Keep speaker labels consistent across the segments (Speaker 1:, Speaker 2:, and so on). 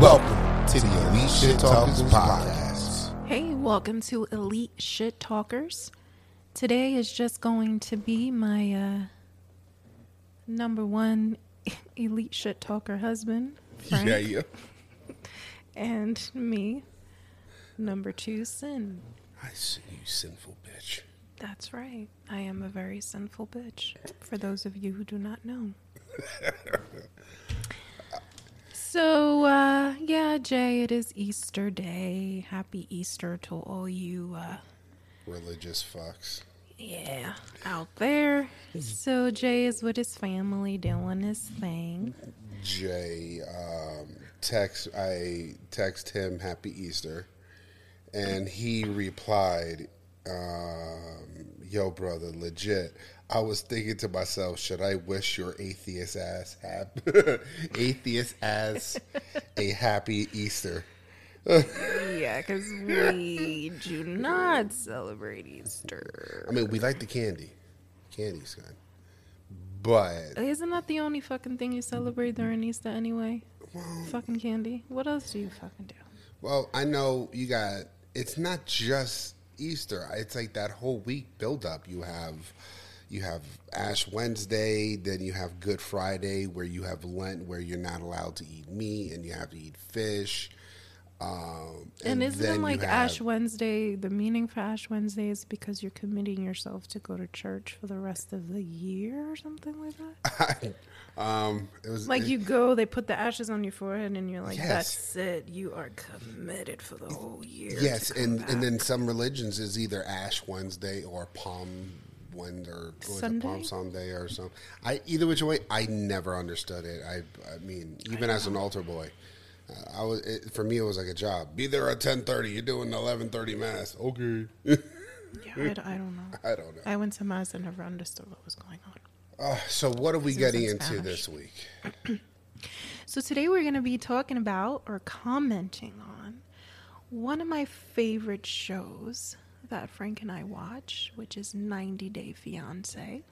Speaker 1: Welcome to the Elite Shit Talkers Podcast.
Speaker 2: Hey, welcome to Elite Shit Talkers. Today is just going to be my uh, number one elite shit talker husband, Frank,
Speaker 1: Yeah, yeah.
Speaker 2: and me, number two, Sin.
Speaker 1: I see you, sinful bitch.
Speaker 2: That's right. I am a very sinful bitch, for those of you who do not know. so, uh, yeah, Jay, it is Easter Day. Happy Easter to all you. Uh,
Speaker 1: Religious fucks.
Speaker 2: Yeah, out there. So Jay is with his family doing his thing.
Speaker 1: Jay, um, text. I text him Happy Easter, and he replied, um, "Yo, brother, legit." I was thinking to myself, should I wish your atheist ass hap- atheist ass a happy Easter?
Speaker 2: Yeah, because we do not celebrate Easter.
Speaker 1: I mean, we like the candy. Candy's good. But
Speaker 2: Isn't that the only fucking thing you celebrate during Easter anyway? Fucking candy. What else do you fucking do?
Speaker 1: well, I know you got. It's not just Easter. It's like that whole week buildup. You have, you have Ash Wednesday. Then you have Good Friday, where you have Lent, where you're not allowed to eat meat and you have to eat fish. Um,
Speaker 2: And, isn't
Speaker 1: then
Speaker 2: it
Speaker 1: you
Speaker 2: like
Speaker 1: have-
Speaker 2: Ash Wednesday? The meaning for Ash Wednesday is because you're committing yourself to go to church for the rest of the year or something like that.
Speaker 1: um, it was
Speaker 2: Like you go, they put the ashes on your forehead, and you're like,
Speaker 1: Yes.
Speaker 2: "That's it. You are committed for the whole year." to
Speaker 1: Yes,
Speaker 2: come
Speaker 1: and,
Speaker 2: back."
Speaker 1: and then some religions is either Ash Wednesday or Palm Wednesday or what was it, Palm
Speaker 2: Sunday?
Speaker 1: Sunday or something. I either which way, I never understood it. I I mean, even as an altar boy, uh, I was it, for me it was like a job. Be there at ten thirty. You're doing eleven thirty mass. Okay,
Speaker 2: Yeah, I, d- I don't know.
Speaker 1: I don't know.
Speaker 2: I went to mass and never understood what was going on.
Speaker 1: Uh, so what are we getting
Speaker 2: in
Speaker 1: into
Speaker 2: Spanish.
Speaker 1: this week?
Speaker 2: So today we're going to be talking about or commenting on one of my favorite shows that Frank and I watch, which is 90 Day Fiance.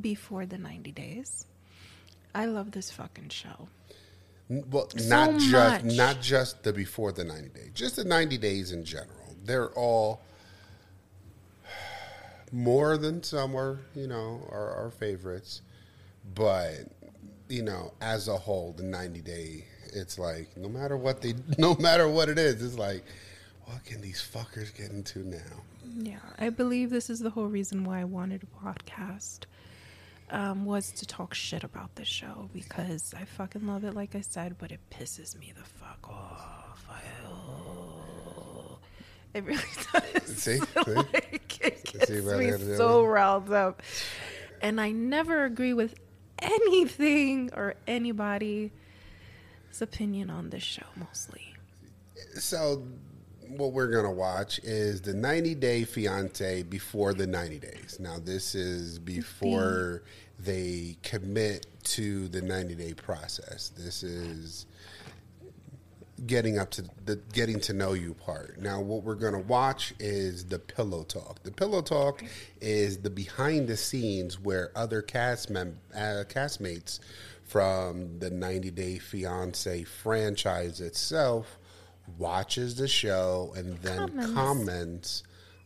Speaker 2: Before the 90 days, I love this fucking show.
Speaker 1: N- Well, not just
Speaker 2: much.
Speaker 1: not just the before the ninety day, just the ninety days in general. They're all more than some are, you know, are our favorites, but you know, as a whole, the ninety day, it's like no matter what they, no matter what it is, it's like, what can these fuckers get into now?
Speaker 2: Yeah, I believe this is the whole reason why I wanted a podcast um, was to talk shit about this show because I fucking love it, like I said, but it pisses me the fuck off. I, oh. It really does.
Speaker 1: See, See?
Speaker 2: like, it gets
Speaker 1: See what I did
Speaker 2: me
Speaker 1: there?
Speaker 2: so riled up. And I never agree with anything or anybody's opinion on this show, mostly.
Speaker 1: so what we're gonna watch is the 90 day fiance before the 90 days now this is before they commit to the 90 day process this is getting up to the getting to know you part now what we're gonna watch is the pillow talk the pillow talk is the behind the scenes where other cast mem- uh, castmates from the 90 day fiance franchise itself watches the show and then
Speaker 2: Comments.
Speaker 1: comments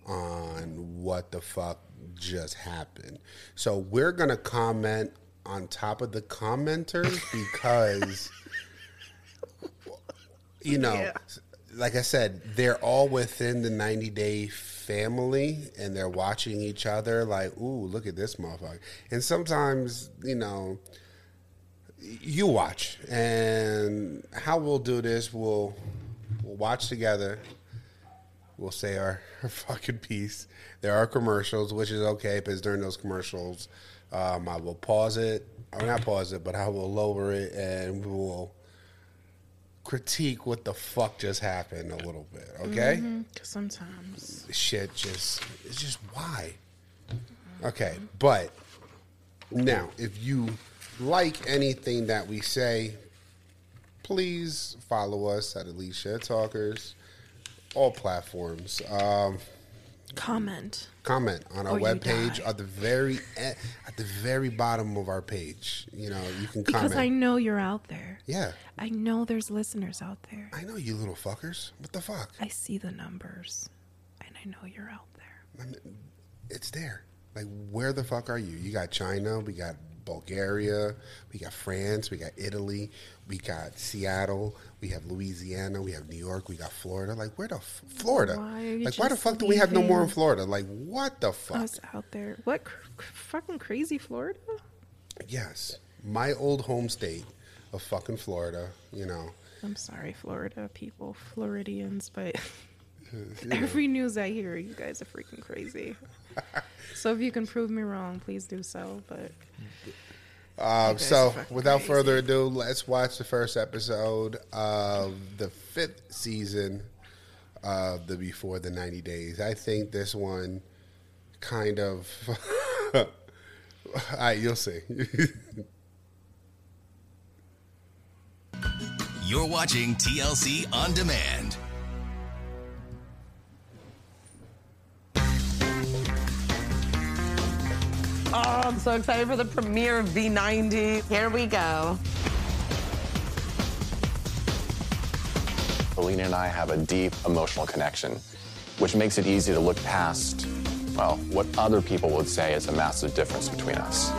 Speaker 1: on what the fuck just happened. So we're gonna comment on top of the commenters because you know, like I said, they're all within the ninety day family and they're watching each other like, ooh, look at this motherfucker. And sometimes, you know, you watch and how we'll do this we'll we'll watch together we'll say our, our fucking piece there are commercials which is okay because during those commercials um, i will pause it or not pause it but i will lower it and we will critique what the fuck just happened a little bit okay
Speaker 2: Mm-hmm. Sometimes.
Speaker 1: shit just it's just why okay but now if you like anything that we say please follow us at elite share talkers all platforms um
Speaker 2: Comment.
Speaker 1: comment on our
Speaker 2: Or you
Speaker 1: webpage
Speaker 2: die.
Speaker 1: at the very e- at the very bottom of our page. You know, you can
Speaker 2: Because
Speaker 1: comment.
Speaker 2: I know you're out there.
Speaker 1: yeah,
Speaker 2: I know there's listeners out there.
Speaker 1: I know you little fuckers. What the fuck?
Speaker 2: I see the numbers, and I know you're out there.
Speaker 1: It's there. Like, where the fuck are you? You got China. We got Bulgaria. We got France. We got Italy. We got Seattle. We have Louisiana. We have New York. We got Florida. Like, where the f- Florida?
Speaker 2: Why are you
Speaker 1: like, why the
Speaker 2: just
Speaker 1: fuck do we have no more in
Speaker 2: leaving
Speaker 1: Florida? Like, what the fuck?
Speaker 2: Us out there. What cr- cr- fucking crazy Florida?
Speaker 1: yes, my old home state of fucking Florida. You know.
Speaker 2: I'm sorry, Florida people, Floridians, but
Speaker 1: you know.
Speaker 2: every news I hear, you guys are freaking crazy. so if you can prove me wrong, please do so. But
Speaker 1: Um,
Speaker 2: guys are
Speaker 1: so,
Speaker 2: fucking
Speaker 1: without
Speaker 2: crazy.
Speaker 1: further ado, let's watch the first episode of the fifth season of the Before the 90 Days. I think this one kind of. All right, you'll see.
Speaker 3: You're watching TLC On Demand.
Speaker 4: Oh, I'm so excited for the premiere of V90.
Speaker 5: Here we go.
Speaker 6: Alina and I have a deep emotional connection, which makes it easy to look past, well, what other people would say is a massive difference between us.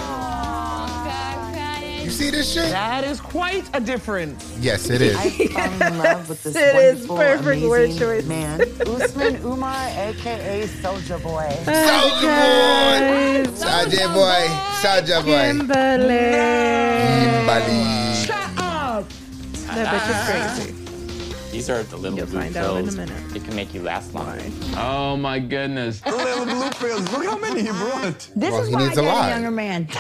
Speaker 1: you see this shit?
Speaker 4: That is quite a difference.
Speaker 1: Yes, it is.
Speaker 7: fell in love with this
Speaker 2: It is
Speaker 7: wonderful,
Speaker 2: perfect word
Speaker 7: amazing
Speaker 2: choice.
Speaker 7: man. Usman Umar, aka Soldier Boy.
Speaker 1: Soldier boy! Soldier boy! Soldier boy!
Speaker 2: Timberlake.
Speaker 1: Kimbali.
Speaker 4: Shut up!
Speaker 8: Ah.
Speaker 2: That bitch is crazy.
Speaker 9: These are the little
Speaker 2: You'll
Speaker 9: blue
Speaker 2: find out in a
Speaker 9: pills.
Speaker 2: minute.
Speaker 9: It can make you last longer.
Speaker 10: Oh my goodness.
Speaker 7: This
Speaker 1: Well,
Speaker 7: is
Speaker 1: he
Speaker 7: why I
Speaker 1: needs a
Speaker 7: got
Speaker 1: lot.
Speaker 7: a younger man.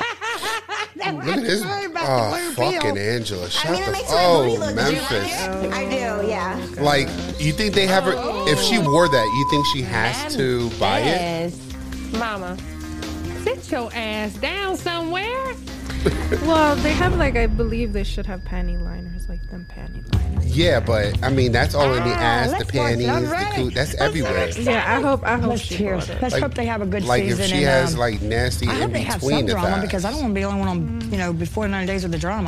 Speaker 1: Look at his. Oh, fucking Angela. Shut
Speaker 7: I mean, it
Speaker 1: the
Speaker 7: makes my booty
Speaker 1: Oh,
Speaker 7: look
Speaker 1: Memphis.
Speaker 7: giant. I do, yeah.
Speaker 1: Like, you think they have her? If she wore that, you think she has to buy it?
Speaker 7: Yes.
Speaker 8: Mama, sit your ass down somewhere.
Speaker 2: Well, they have like I believe they should have panty liners, like them panty liners.
Speaker 1: Yeah, but I mean, that's all in the ass, the
Speaker 7: Oh, let's watch it.
Speaker 1: panties,
Speaker 7: I'm
Speaker 1: the
Speaker 7: ready.
Speaker 1: coo That's
Speaker 7: Let's
Speaker 1: everywhere.
Speaker 7: watch it.
Speaker 2: Yeah, I hope I hope
Speaker 7: Let's
Speaker 2: she
Speaker 7: cheers.
Speaker 2: bought it.
Speaker 7: Let's hope they have a good
Speaker 1: Like if
Speaker 7: season.
Speaker 1: she
Speaker 7: and,
Speaker 1: has
Speaker 7: um,
Speaker 1: like nasty
Speaker 7: I
Speaker 1: in
Speaker 7: hope they have some
Speaker 1: between the
Speaker 7: drama
Speaker 1: thighs.
Speaker 7: because I don't want to be the only one on, you know, before 90 days of the drama.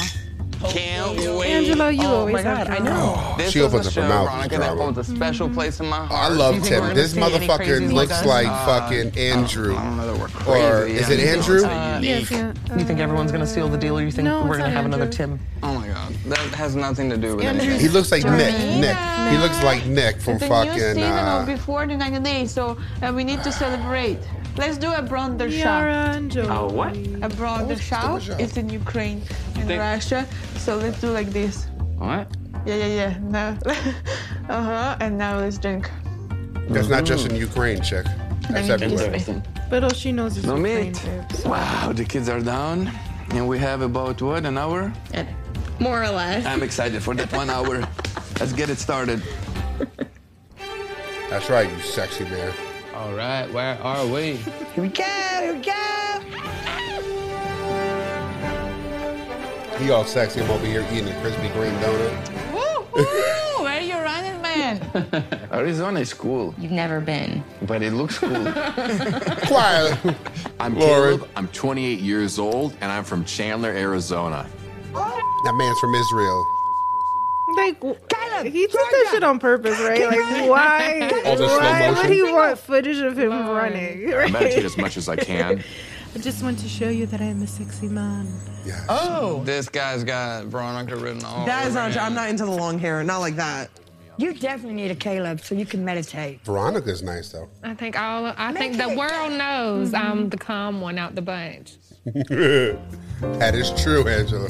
Speaker 10: Can't wait.
Speaker 2: Angelo, you
Speaker 10: Oh
Speaker 2: always
Speaker 10: my God,
Speaker 2: have
Speaker 10: I
Speaker 2: drama.
Speaker 10: know.
Speaker 1: She
Speaker 10: is
Speaker 1: opens
Speaker 10: a
Speaker 1: up
Speaker 10: show,
Speaker 1: her mouth,
Speaker 10: Veronica,
Speaker 1: it's
Speaker 10: that
Speaker 1: drama.
Speaker 10: holds a special place in my
Speaker 1: Oh, I
Speaker 10: heart.
Speaker 1: love Tim.
Speaker 7: gonna
Speaker 1: This
Speaker 7: see any crazy
Speaker 1: motherfucker
Speaker 7: ones
Speaker 1: looks
Speaker 7: us?
Speaker 1: like
Speaker 10: Uh,
Speaker 1: fucking Andrew.
Speaker 10: I don't know that we're
Speaker 1: Or
Speaker 10: crazy.
Speaker 1: is
Speaker 10: I
Speaker 1: it
Speaker 10: mean,
Speaker 7: uh,
Speaker 1: Andrew?
Speaker 10: it's a
Speaker 2: Yes,
Speaker 10: unique-
Speaker 2: yeah.
Speaker 4: You think everyone's gonna seal the deal, or you think
Speaker 2: No,
Speaker 4: we're
Speaker 2: it's
Speaker 4: gonna
Speaker 2: not
Speaker 4: have another
Speaker 2: Andrew.
Speaker 4: Tim?
Speaker 10: Oh my god. That has nothing to do with
Speaker 2: Andrew-
Speaker 10: anything.
Speaker 1: He looks like
Speaker 2: Jeremy.
Speaker 1: Nick. Nick. He looks like Nick from
Speaker 8: The new
Speaker 1: fucking.
Speaker 8: season
Speaker 1: uh,
Speaker 8: of before the 90 days, so uh, we need to celebrate. Let's do a brother
Speaker 2: Yara
Speaker 8: shot.
Speaker 2: and Joey.
Speaker 10: what?
Speaker 8: A brother shot.
Speaker 1: shot.
Speaker 8: It's in Ukraine and
Speaker 10: think-
Speaker 8: Russia. So let's do like this.
Speaker 10: What?
Speaker 8: Yeah, yeah, yeah. Now, uh huh. And now let's drink.
Speaker 1: that's not just in Ukraine, chick. That's
Speaker 8: Let me kiss
Speaker 1: everywhere.
Speaker 8: me.
Speaker 2: But all she knows is
Speaker 10: No
Speaker 2: Ukraine,
Speaker 10: meat.
Speaker 2: babe.
Speaker 10: Wow, the kids are down. And we have about what, an hour?
Speaker 5: More or less.
Speaker 10: I'm excited for that one hour. Let's get it started.
Speaker 1: That's right, you sexy man.
Speaker 10: All right, where are we?
Speaker 4: Here we go, here we go.
Speaker 1: He all sexy. I'm over here eating a Krispy Kreme donut.
Speaker 8: Woohoo! Where you running, man?
Speaker 10: Arizona is cool,
Speaker 5: You've never been.
Speaker 10: but it looks cool.
Speaker 1: Quiet.
Speaker 6: I'm
Speaker 1: Lauren.
Speaker 6: Caleb, I'm 28 years old, and I'm from Chandler, Arizona.
Speaker 1: that man's from Israel.
Speaker 2: Like w- he did that shit on purpose, right? Like why?
Speaker 1: All the slow
Speaker 2: Why would
Speaker 1: motion.
Speaker 2: he want footage of him running?
Speaker 6: I meditate
Speaker 2: Right?
Speaker 6: as much as I can.
Speaker 2: I just want to show you that I am a sexy man.
Speaker 1: Yes.
Speaker 4: Oh,
Speaker 10: This guy's got Veronica written all
Speaker 4: that is
Speaker 10: over
Speaker 4: not.
Speaker 10: him.
Speaker 4: I'm not into the long hair. Not like that.
Speaker 7: You definitely need a Caleb so you can meditate.
Speaker 1: Veronica's nice though.
Speaker 8: I think all.
Speaker 7: I
Speaker 8: think
Speaker 7: the
Speaker 8: world knows
Speaker 11: Mm-hmm.
Speaker 8: I'm the calm one out the bunch.
Speaker 1: That is true, Angela.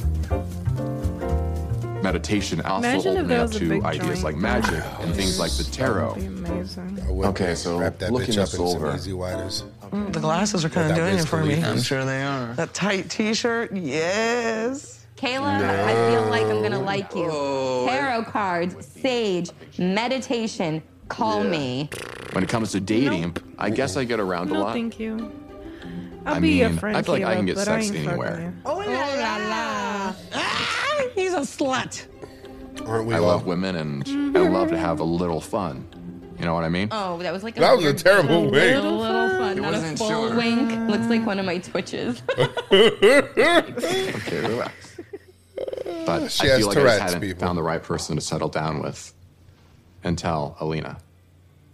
Speaker 6: Meditation also
Speaker 2: Imagine if
Speaker 6: opened me
Speaker 2: there
Speaker 6: up
Speaker 2: was a
Speaker 6: to
Speaker 2: big
Speaker 6: ideas
Speaker 2: giant-
Speaker 6: like magic and things like the tarot.
Speaker 2: Be amazing.
Speaker 1: I would
Speaker 6: Okay, so
Speaker 1: wrap that
Speaker 6: looking
Speaker 1: bitch up
Speaker 6: this
Speaker 1: in some
Speaker 6: over.
Speaker 1: easy widers.
Speaker 4: The glasses are kind
Speaker 1: that
Speaker 4: of doing
Speaker 1: Wiz
Speaker 4: it for me.
Speaker 1: Khalifa.
Speaker 10: I'm sure they are.
Speaker 4: That tight T-shirt, yes.
Speaker 5: Caleb, I feel like I'm gonna like you.
Speaker 6: Oh.
Speaker 5: Tarot cards, sage, meditation. Call me.
Speaker 6: When it comes to dating, I guess I get around a
Speaker 2: No,
Speaker 6: lot.
Speaker 2: thank you. I'll
Speaker 6: I
Speaker 2: be your
Speaker 6: mean,
Speaker 2: friend,
Speaker 6: I feel like I
Speaker 2: Caleb,
Speaker 6: can get
Speaker 2: but I
Speaker 6: sex
Speaker 2: ain't
Speaker 6: anywhere.
Speaker 2: fucking you.
Speaker 4: Oh la la la! Ah, he's a slut.
Speaker 1: Aren't we
Speaker 6: I
Speaker 1: all?
Speaker 2: Mm-hmm.
Speaker 6: love women, and I love to have a little fun.
Speaker 10: You know what I mean?
Speaker 5: Oh, that was like a
Speaker 1: That was a
Speaker 5: weird-
Speaker 1: terrible
Speaker 5: a
Speaker 1: wink.
Speaker 5: Little, little fun, not a
Speaker 10: wasn't
Speaker 5: full
Speaker 10: sure.
Speaker 5: wink. Looks like one of my twitches.
Speaker 10: Okay, relax. But
Speaker 1: She
Speaker 10: I
Speaker 1: has
Speaker 10: feel like I just
Speaker 1: Tourette's,
Speaker 10: hadn't
Speaker 1: people.
Speaker 10: found the right person to settle down with until Alina.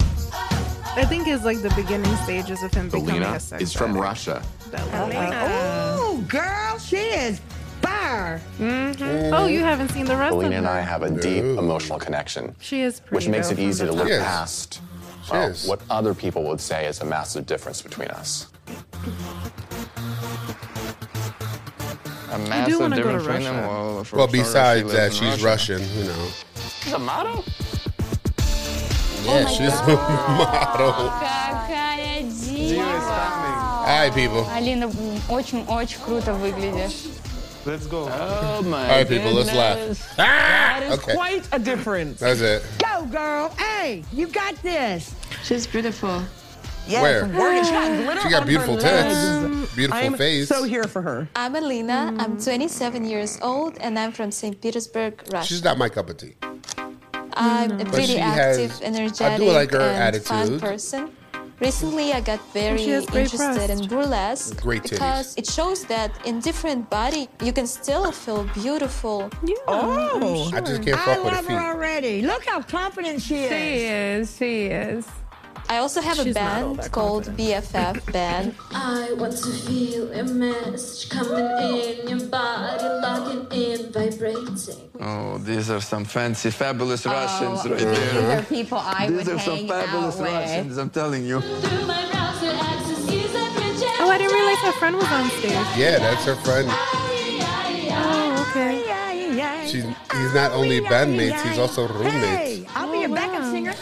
Speaker 2: I think is like the beginning stages of him becoming
Speaker 10: Alina
Speaker 2: a sex.
Speaker 10: is from
Speaker 2: addict.
Speaker 10: Russia.
Speaker 2: That was-
Speaker 4: Oh, girl, she is fire.
Speaker 2: Oh, you haven't seen the rest
Speaker 6: Alina
Speaker 2: of
Speaker 6: and
Speaker 2: her.
Speaker 6: I have a deep emotional connection,
Speaker 2: She is pretty.
Speaker 6: which makes
Speaker 2: though,
Speaker 6: it
Speaker 2: from
Speaker 6: easy
Speaker 2: the
Speaker 6: to look
Speaker 2: top.
Speaker 1: Yes.
Speaker 6: past well,
Speaker 1: Cheers.
Speaker 6: what other people would say is a massive difference between us.
Speaker 10: A
Speaker 2: massive wanna go to difference between them? Russia.
Speaker 10: Well,
Speaker 1: Well, besides that, she's Russian, you know.
Speaker 9: She's a model?
Speaker 4: Oh
Speaker 1: Yeah, she's a model.
Speaker 5: Какая
Speaker 1: All right, people. All
Speaker 5: Алина, очень-очень круто выглядишь.
Speaker 9: Let's go. Oh my.
Speaker 1: right, people. Let's laugh.
Speaker 4: Goodness.
Speaker 1: Ah!
Speaker 4: That is
Speaker 1: Okay,
Speaker 4: quite a difference.
Speaker 1: that's it.
Speaker 4: Go, girl. Hey, you got this.
Speaker 8: She's beautiful.
Speaker 4: Yes,
Speaker 1: Where?
Speaker 4: from Oregon. She got glitter
Speaker 1: She got
Speaker 4: on
Speaker 1: beautiful
Speaker 4: her
Speaker 1: tits,
Speaker 4: I
Speaker 1: beautiful
Speaker 4: am
Speaker 1: face.
Speaker 4: so here for her.
Speaker 12: I'm Alina. I'm 27 years old, and I'm from St. Petersburg, Russia.
Speaker 1: She's not my cup of tea.
Speaker 12: I'm a pretty
Speaker 1: she
Speaker 12: active,
Speaker 1: has- I do
Speaker 12: energetic,
Speaker 1: like her
Speaker 12: and
Speaker 1: attitude.
Speaker 12: fun person. Recently, I got very
Speaker 2: she has great
Speaker 12: interested in
Speaker 2: breasts.
Speaker 12: burlesque
Speaker 1: Great titties.
Speaker 12: because it shows that in different body, you can still feel beautiful.
Speaker 2: Yeah.
Speaker 4: Oh,
Speaker 1: I just can't
Speaker 4: I
Speaker 1: fuck with her
Speaker 4: love her
Speaker 1: feet.
Speaker 4: already. Look how confident she is.
Speaker 8: She is. She is.
Speaker 12: I also have a
Speaker 2: She's not all
Speaker 12: band
Speaker 2: that
Speaker 12: called BFF Band.
Speaker 13: I want to feel a message coming in your body, locking in, vibrating.
Speaker 10: Oh, these are some fancy, fabulous Russians
Speaker 5: Oh,
Speaker 10: right
Speaker 5: these
Speaker 10: there.
Speaker 5: are people I
Speaker 10: These
Speaker 5: would
Speaker 10: are some
Speaker 5: hang
Speaker 10: fabulous
Speaker 5: out with.
Speaker 10: Russians, I'm telling you.
Speaker 13: Through my browser access, use that projection.
Speaker 2: Oh, I didn't realize her friend was on stage.
Speaker 1: Yeah, that's her friend.
Speaker 2: Oh, okay.
Speaker 4: Yeah, yeah, yeah.
Speaker 1: She's, he's not only
Speaker 4: Yeah,
Speaker 1: bandmates,
Speaker 4: yeah.
Speaker 1: he's also roommates.
Speaker 4: Hey, I'll be your backup
Speaker 2: Oh, wow.
Speaker 4: singer.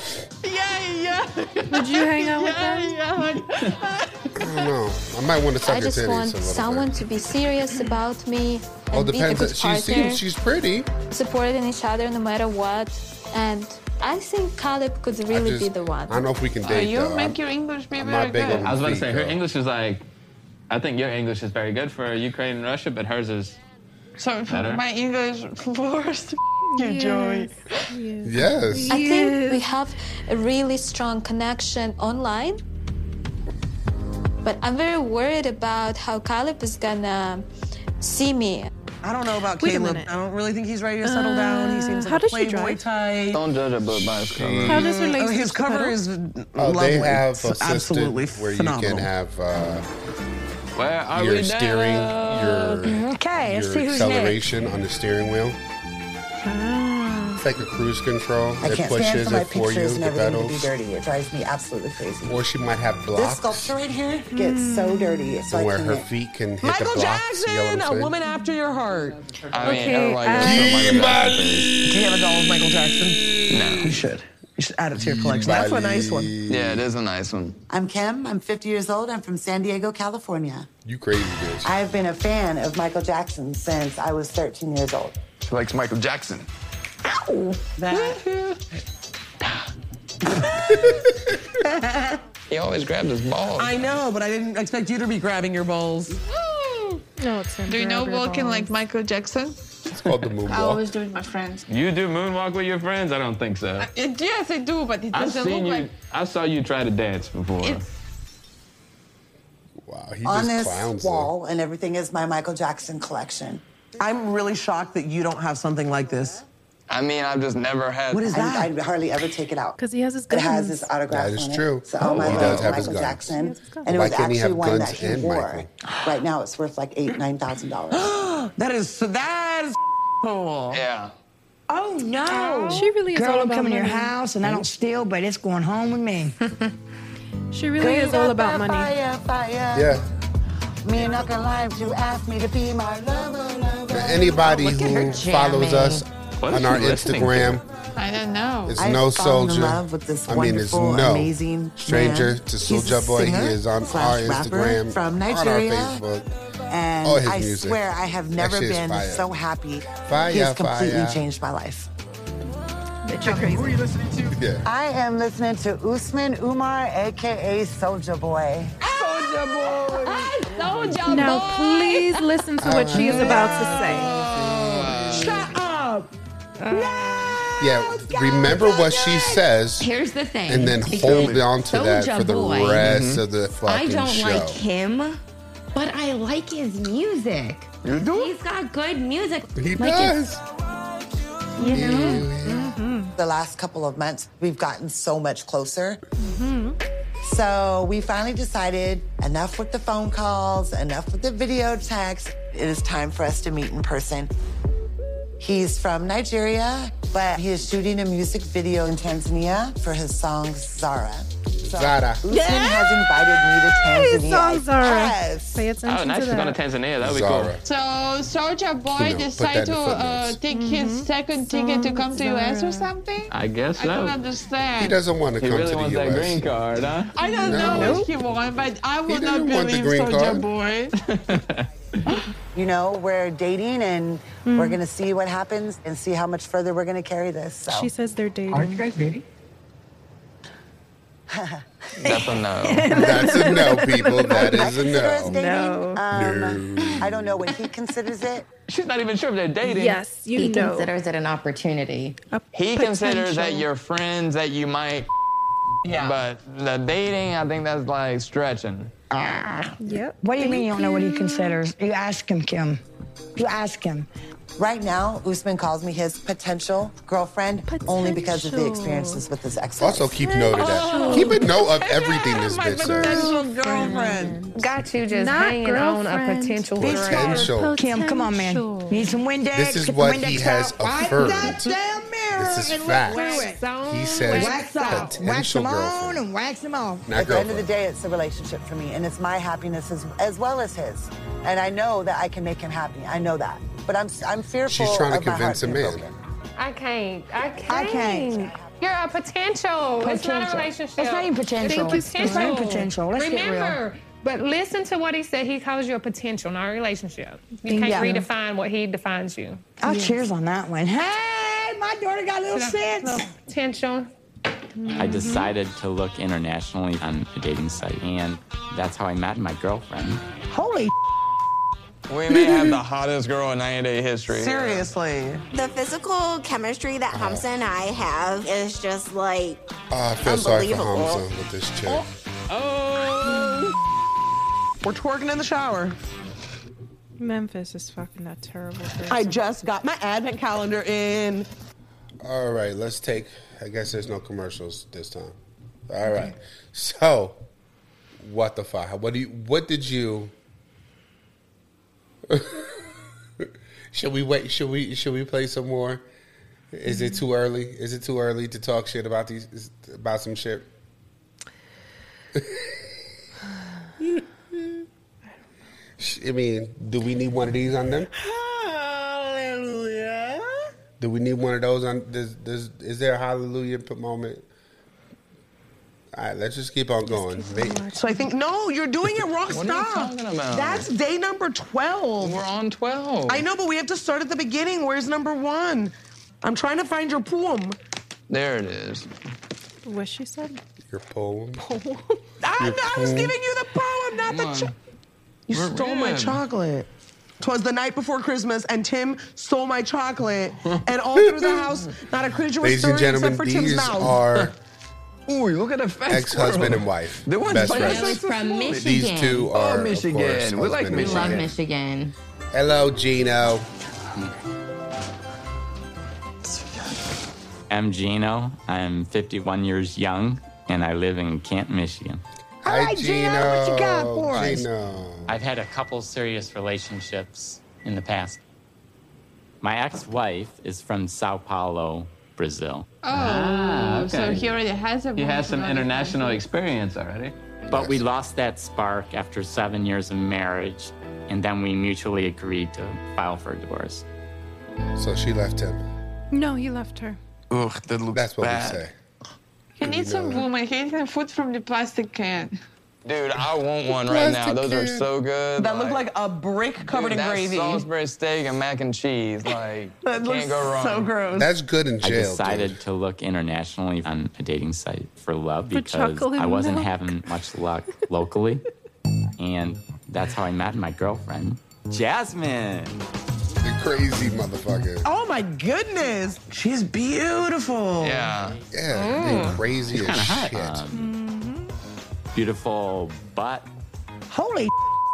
Speaker 2: Would you hang out with her?
Speaker 1: I don't know. I might want to suck
Speaker 12: I
Speaker 1: her titties
Speaker 12: just
Speaker 1: a
Speaker 12: want
Speaker 1: little
Speaker 12: someone
Speaker 1: bit.
Speaker 12: to be serious about me and
Speaker 1: Oh,
Speaker 12: be a
Speaker 1: depends.
Speaker 12: good
Speaker 1: She
Speaker 12: partner,
Speaker 1: seems she's pretty.
Speaker 12: supporting each other no matter what. And I think Caleb could
Speaker 1: I
Speaker 12: really
Speaker 1: just-
Speaker 12: be the one.
Speaker 1: I don't know if we can
Speaker 8: Oh,
Speaker 1: date.
Speaker 8: you
Speaker 1: though.
Speaker 8: make
Speaker 1: I'm-
Speaker 8: your English be
Speaker 1: I'm
Speaker 8: very
Speaker 1: not big
Speaker 8: good.
Speaker 1: on
Speaker 9: I was about to
Speaker 1: feet,
Speaker 9: say, her
Speaker 1: though.
Speaker 9: English is like, I think your English is very good for Ukraine and Russia, but hers is.
Speaker 8: Sorry,
Speaker 9: Better?
Speaker 8: my English worst.
Speaker 2: Yes.
Speaker 8: You Joey.
Speaker 2: yes.
Speaker 1: Yes.
Speaker 12: I think we have a really strong connection online. But I'm very worried about how Caleb is gonna see me.
Speaker 4: I don't know about
Speaker 2: Wait a
Speaker 4: Caleb.
Speaker 2: minute. Uh,
Speaker 4: I don't really think he's ready to settle down. He seems like
Speaker 2: how
Speaker 4: a
Speaker 2: does she
Speaker 4: playboy
Speaker 2: drive?
Speaker 4: type.
Speaker 10: Don't judge a book by its cover.
Speaker 2: How does her legs
Speaker 4: Oh, his
Speaker 2: touch the
Speaker 4: cover
Speaker 2: pedal?
Speaker 4: is
Speaker 1: Oh,
Speaker 4: lovely.
Speaker 1: they have
Speaker 4: It's absolutely
Speaker 1: absolutely where you
Speaker 4: phenomenal.
Speaker 1: can have uh,
Speaker 9: Where are we
Speaker 1: your
Speaker 9: now?
Speaker 1: steering, your
Speaker 4: Okay, let's see
Speaker 1: your
Speaker 4: who's next.
Speaker 1: acceleration on the steering wheel. It's like a cruise control.
Speaker 7: I
Speaker 1: it
Speaker 7: can't stand
Speaker 1: pushes
Speaker 7: for my
Speaker 1: it for you,
Speaker 7: pictures and
Speaker 1: the
Speaker 7: everything to be
Speaker 1: pedals.
Speaker 7: dirty. It drives me absolutely crazy.
Speaker 1: Or she might have
Speaker 7: This
Speaker 1: blocks
Speaker 7: sculpture right here gets so dirty. It's like
Speaker 1: where her feet can hit
Speaker 4: Michael
Speaker 1: the blocks.
Speaker 4: Jackson,
Speaker 1: you know what I'm
Speaker 4: a
Speaker 1: saying?
Speaker 4: woman after your heart.
Speaker 9: I mean,
Speaker 2: Okay,
Speaker 9: everybody goes
Speaker 2: uh,
Speaker 9: to Michael Jackson phase.
Speaker 4: Do you have a doll of Michael Jackson? No. You should. You should add it
Speaker 1: Mm.
Speaker 4: to your collection. That's a nice one.
Speaker 10: Yeah, it is a nice one.
Speaker 7: I'm Kim. I'm 50 years old. I'm from San Diego, California.
Speaker 1: You crazy bitch.
Speaker 7: I've been a fan of Michael Jackson since I was 13 years old.
Speaker 10: She likes Michael Jackson.
Speaker 4: That.
Speaker 9: He always grabs his balls.
Speaker 4: I know, but I didn't expect you to be grabbing your balls.
Speaker 2: No, it's him.
Speaker 8: Do you know
Speaker 2: Grab your
Speaker 8: walking
Speaker 2: balls.
Speaker 8: like Michael Jackson?
Speaker 1: It's called the
Speaker 8: I always
Speaker 1: moonwalk.
Speaker 8: do with my friends.
Speaker 9: You do moonwalk with your friends? I don't think so.
Speaker 8: Yes, I do, but it
Speaker 9: I've
Speaker 8: doesn't
Speaker 9: seen
Speaker 8: look
Speaker 9: you.
Speaker 8: like.
Speaker 9: I saw you try to dance before.
Speaker 8: It's-
Speaker 1: Wow, he
Speaker 7: On
Speaker 1: just
Speaker 7: this
Speaker 1: clowns
Speaker 7: wall and everything is my Michael Jackson collection.
Speaker 4: I'm really shocked that you don't have something like this.
Speaker 10: I mean, I've just never had.
Speaker 4: What is that?
Speaker 7: I, I hardly ever take it out.
Speaker 2: 'Cause he has his
Speaker 7: It has
Speaker 2: guns.
Speaker 7: his autograph.
Speaker 1: That is
Speaker 7: on it.
Speaker 1: true.
Speaker 7: So all my
Speaker 1: He
Speaker 7: guns
Speaker 1: does
Speaker 7: are
Speaker 1: have his
Speaker 7: Michael
Speaker 1: guns.
Speaker 7: Jackson,
Speaker 2: his guns.
Speaker 7: and it
Speaker 1: Why
Speaker 7: was
Speaker 1: can't he
Speaker 7: actually
Speaker 1: have
Speaker 7: one
Speaker 1: guns
Speaker 7: that he
Speaker 1: and
Speaker 7: wore.
Speaker 1: Michael?
Speaker 7: Right now, it's worth like eight, nine thousand dollars.
Speaker 4: That is so. That is cool.
Speaker 10: Yeah.
Speaker 11: Oh no!
Speaker 2: She really is all
Speaker 11: Girl, I'm
Speaker 2: about
Speaker 11: coming to your
Speaker 2: money.
Speaker 11: house, and I don't steal, but it's going home with me.
Speaker 2: She really is all about money.
Speaker 7: Fire, fire.
Speaker 1: Yeah.
Speaker 7: Me and Uncle Lime to ask me to be my lover, lover.
Speaker 1: Anybody
Speaker 5: at her
Speaker 1: who follows
Speaker 5: jamming.
Speaker 1: us
Speaker 9: What is
Speaker 1: on our
Speaker 9: she listening to?
Speaker 1: Instagram,
Speaker 8: I don't know.
Speaker 1: it's
Speaker 7: I've
Speaker 1: no
Speaker 7: fallen
Speaker 1: soldier.
Speaker 7: in love with this
Speaker 1: I mean, it's
Speaker 7: wonderful,
Speaker 1: no
Speaker 7: amazing
Speaker 1: stranger
Speaker 7: man.
Speaker 1: to
Speaker 7: He's a
Speaker 1: Soulja Boy. He
Speaker 7: singer
Speaker 1: is on our
Speaker 7: slash rapper
Speaker 1: Instagram,
Speaker 7: from
Speaker 1: on
Speaker 7: Nigeria.
Speaker 1: our Facebook.
Speaker 7: And
Speaker 1: Oh, his
Speaker 7: I
Speaker 1: music.
Speaker 7: swear I have
Speaker 1: That
Speaker 7: never
Speaker 1: shit is
Speaker 7: been
Speaker 1: fire.
Speaker 7: so happy.
Speaker 1: Fire,
Speaker 7: He's completely
Speaker 1: fire.
Speaker 7: changed my life.
Speaker 2: Bitch, you're crazy.
Speaker 1: Yeah.
Speaker 7: I am listening to Usman Umar, aka Soldier Boy.
Speaker 5: Soldier
Speaker 2: Now,
Speaker 5: boy.
Speaker 2: please listen to what she is about to say.
Speaker 4: Uh, Shut up.
Speaker 1: Yeah, remember what she says.
Speaker 5: Here's the thing.
Speaker 1: and then
Speaker 5: Because
Speaker 1: hold on to that
Speaker 5: Soulja
Speaker 1: for the
Speaker 5: Boy, Mm-hmm.
Speaker 1: rest
Speaker 6: Mm-hmm.
Speaker 1: of the
Speaker 5: I
Speaker 1: fucking
Speaker 5: don't
Speaker 1: show.
Speaker 5: like him, but I like his music.
Speaker 1: You do?
Speaker 5: He's got good music.
Speaker 1: He
Speaker 5: Like, it's- You know?
Speaker 7: Mm-hmm. The last couple of months, we've gotten so much closer.
Speaker 2: Mm-hmm.
Speaker 7: So we finally decided enough with the phone calls, enough with the video texts. It is time for us to meet in person. He's from Nigeria, but he is shooting a music video in Tanzania for his song Zara. So
Speaker 1: Zara.
Speaker 7: Usman has invited me to Tanzania.
Speaker 2: songs are-
Speaker 7: Yes.
Speaker 2: Pay attention
Speaker 9: Oh, nice.
Speaker 2: to
Speaker 9: He's
Speaker 2: that.
Speaker 9: going to Tanzania. That would be cool.
Speaker 1: Zara.
Speaker 8: So Soldier Boy
Speaker 9: You know, put that in
Speaker 8: decided to
Speaker 9: the
Speaker 8: uh, take
Speaker 2: Mm-hmm.
Speaker 8: his second ticket to come to US or something.
Speaker 9: I guess
Speaker 8: I don't
Speaker 9: so.
Speaker 8: understand.
Speaker 1: He doesn't want to
Speaker 9: He
Speaker 1: come
Speaker 9: really
Speaker 1: to the
Speaker 9: wants
Speaker 1: U.S.
Speaker 9: that green card, huh?
Speaker 8: I don't
Speaker 1: No.
Speaker 8: know what he wants, but I will not
Speaker 1: didn't want the
Speaker 8: believe
Speaker 1: green
Speaker 8: Soldier
Speaker 1: card.
Speaker 8: Boy.
Speaker 7: You know, we're dating and
Speaker 2: Hmm.
Speaker 7: we're going to see what happens and see how much further we're going to carry this. So.
Speaker 2: She says they're dating.
Speaker 7: Aren't you guys
Speaker 2: dating?
Speaker 9: That's a no.
Speaker 1: That's a no, people. That is a
Speaker 7: consider us
Speaker 1: no.
Speaker 7: dating. Um, I don't know what he considers it.
Speaker 9: She's not even sure if they're dating.
Speaker 5: he considers it an opportunity.
Speaker 9: He considers that you're friends, that you might. Yeah. But the dating, I think that's like stretching.
Speaker 2: Yep.
Speaker 11: What do you mean you don't know what he considers? You ask him, Kim. You ask him.
Speaker 7: Right now, Usman calls me his potential girlfriend only because of the experiences with his ex.
Speaker 1: Also, keep note of
Speaker 5: Oh.
Speaker 1: that. Keep a note of everything this bitch says.
Speaker 7: girlfriend.
Speaker 14: Got you just
Speaker 11: Not
Speaker 14: hanging on a
Speaker 11: girlfriend.
Speaker 14: potential
Speaker 1: Bitch,
Speaker 14: threat.
Speaker 1: Potential.
Speaker 11: Kim, come on, man. You Need some Windex.
Speaker 1: This is
Speaker 11: Get the
Speaker 1: what
Speaker 11: Windex
Speaker 1: he has
Speaker 11: out. Wipe
Speaker 1: affirmed.
Speaker 11: that damn mirror
Speaker 1: This is
Speaker 11: and
Speaker 1: facts.
Speaker 11: wax on,
Speaker 1: He says
Speaker 11: wax off. Wax
Speaker 1: potential
Speaker 11: them on
Speaker 1: girlfriend.
Speaker 11: and wax them off.
Speaker 1: Not
Speaker 7: At the end of the
Speaker 1: girlfriend.
Speaker 7: day, it's a relationship for me, and it's my happiness as, as well as his. And I know that I can make him happy. I know that, but I'm I'm fearful.
Speaker 1: She's trying to
Speaker 7: of my heart
Speaker 1: convince a
Speaker 7: being
Speaker 1: man.
Speaker 7: broken.
Speaker 14: I can't. I can't.
Speaker 7: I can't.
Speaker 14: You're a potential. It's not a
Speaker 11: Potential.
Speaker 14: relationship.
Speaker 11: It's not even potential.
Speaker 14: It's
Speaker 11: It's not even potential. Let's get real.
Speaker 14: Remember, but listen to what he said. He calls you a potential, not a relationship. You
Speaker 11: Thank
Speaker 14: can't
Speaker 11: you.
Speaker 14: redefine what he defines you.
Speaker 11: I'll Oh, cheers on that one. Hey, my daughter got a little sense.
Speaker 14: Potential.
Speaker 15: I decided to look internationally on a dating site, and that's how I met my girlfriend.
Speaker 11: Holy.
Speaker 9: We may have the hottest girl in 90 Day history.
Speaker 16: Seriously. The physical chemistry that
Speaker 1: Uh-huh.
Speaker 16: Hamza and I have is just like
Speaker 1: Oh, I feel sorry for
Speaker 16: Unbelievable.
Speaker 1: Hamza with this chick.
Speaker 17: Oh.
Speaker 16: we're twerking in the shower.
Speaker 2: Memphis is fucking that terrible. Person.
Speaker 16: I just got my advent calendar in.
Speaker 1: All right, let's take. I guess there's no commercials this time. All right. So, what the fuck? What do you? What did you? should we wait? Should we? Should we play some more? Is it too early? Is it too early to talk shit about these? About some shit? I mean, do we need one of these on them?
Speaker 16: Hallelujah.
Speaker 1: Do we need one of those? On does, does, is there a hallelujah p- moment? All right, let's just keep on going. Ma-
Speaker 16: So I think no, you're doing it wrong.
Speaker 1: What are you
Speaker 16: Stop.
Speaker 1: talking about?
Speaker 16: That's day number twelve. We're on twelve. I know, but we have to start at the beginning. Where's number one? I'm trying to find your poem.
Speaker 9: There it is.
Speaker 2: What she said?
Speaker 1: Your poem.
Speaker 16: I,
Speaker 1: Your
Speaker 16: I was
Speaker 1: poem.
Speaker 16: giving you the poem, not the. Cho- you
Speaker 1: We're
Speaker 16: stole my
Speaker 1: red.
Speaker 16: chocolate. Twas the night before Christmas, and Tim stole my chocolate. and all through the house, not a creature was
Speaker 1: Ladies and
Speaker 16: stirring except
Speaker 1: gentlemen,
Speaker 16: for Tim's
Speaker 1: these
Speaker 16: mouth.
Speaker 1: are
Speaker 9: Ooh, look at the face.
Speaker 1: ex-husband and wife.
Speaker 9: The one's
Speaker 1: best
Speaker 9: by the
Speaker 1: friends.
Speaker 9: face of
Speaker 5: From
Speaker 9: Florida.
Speaker 5: Michigan.
Speaker 1: These two are
Speaker 9: Oh,
Speaker 1: Of
Speaker 9: Michigan.
Speaker 1: course,
Speaker 9: we like
Speaker 1: husband and
Speaker 9: Michigan.
Speaker 5: Love Michigan.
Speaker 1: Hello, Gino.
Speaker 15: I'm Gino. I'm 51 years young, and I live in Kent, Michigan.
Speaker 1: Hi, Gino.
Speaker 15: What you got for us?
Speaker 1: Gino.
Speaker 15: I've had a couple serious relationships in the past. My ex-wife is from Sao Paulo, Brazil.
Speaker 8: Oh,
Speaker 2: Ah,
Speaker 8: so he already has a.
Speaker 15: Ah, He has some
Speaker 8: boyfriend.
Speaker 15: international experience already. But we lost that spark after seven years of marriage, and then we mutually agreed to file for divorce.
Speaker 1: So she left him.
Speaker 2: No, he left her.
Speaker 15: Ugh, that looks That's
Speaker 1: What we say?
Speaker 8: He needs some woman. He needs some food from the plastic can.
Speaker 9: Dude, I want one right now. Those are so good.
Speaker 8: That look like a brick
Speaker 16: covered
Speaker 9: Dude,
Speaker 16: in
Speaker 9: that
Speaker 16: gravy.
Speaker 9: Salisbury steak and mac and cheese. Like,
Speaker 16: That looks
Speaker 9: can't go wrong.
Speaker 16: so gross.
Speaker 1: good in
Speaker 15: I
Speaker 1: jail,
Speaker 15: decided to look internationally on a dating site for love
Speaker 16: For
Speaker 15: because
Speaker 16: chocolate
Speaker 15: I wasn't
Speaker 16: milk.
Speaker 15: having much luck locally. and that's how I met my girlfriend, Jasmine.
Speaker 1: The crazy motherfucker.
Speaker 16: Oh my goodness. She's beautiful. Mm.
Speaker 9: Yeah.
Speaker 1: Yeah, they
Speaker 9: Ooh.
Speaker 1: crazy as
Speaker 9: She's kinda hot.
Speaker 1: shit.
Speaker 9: Um,
Speaker 15: Beautiful butt.
Speaker 11: Holy,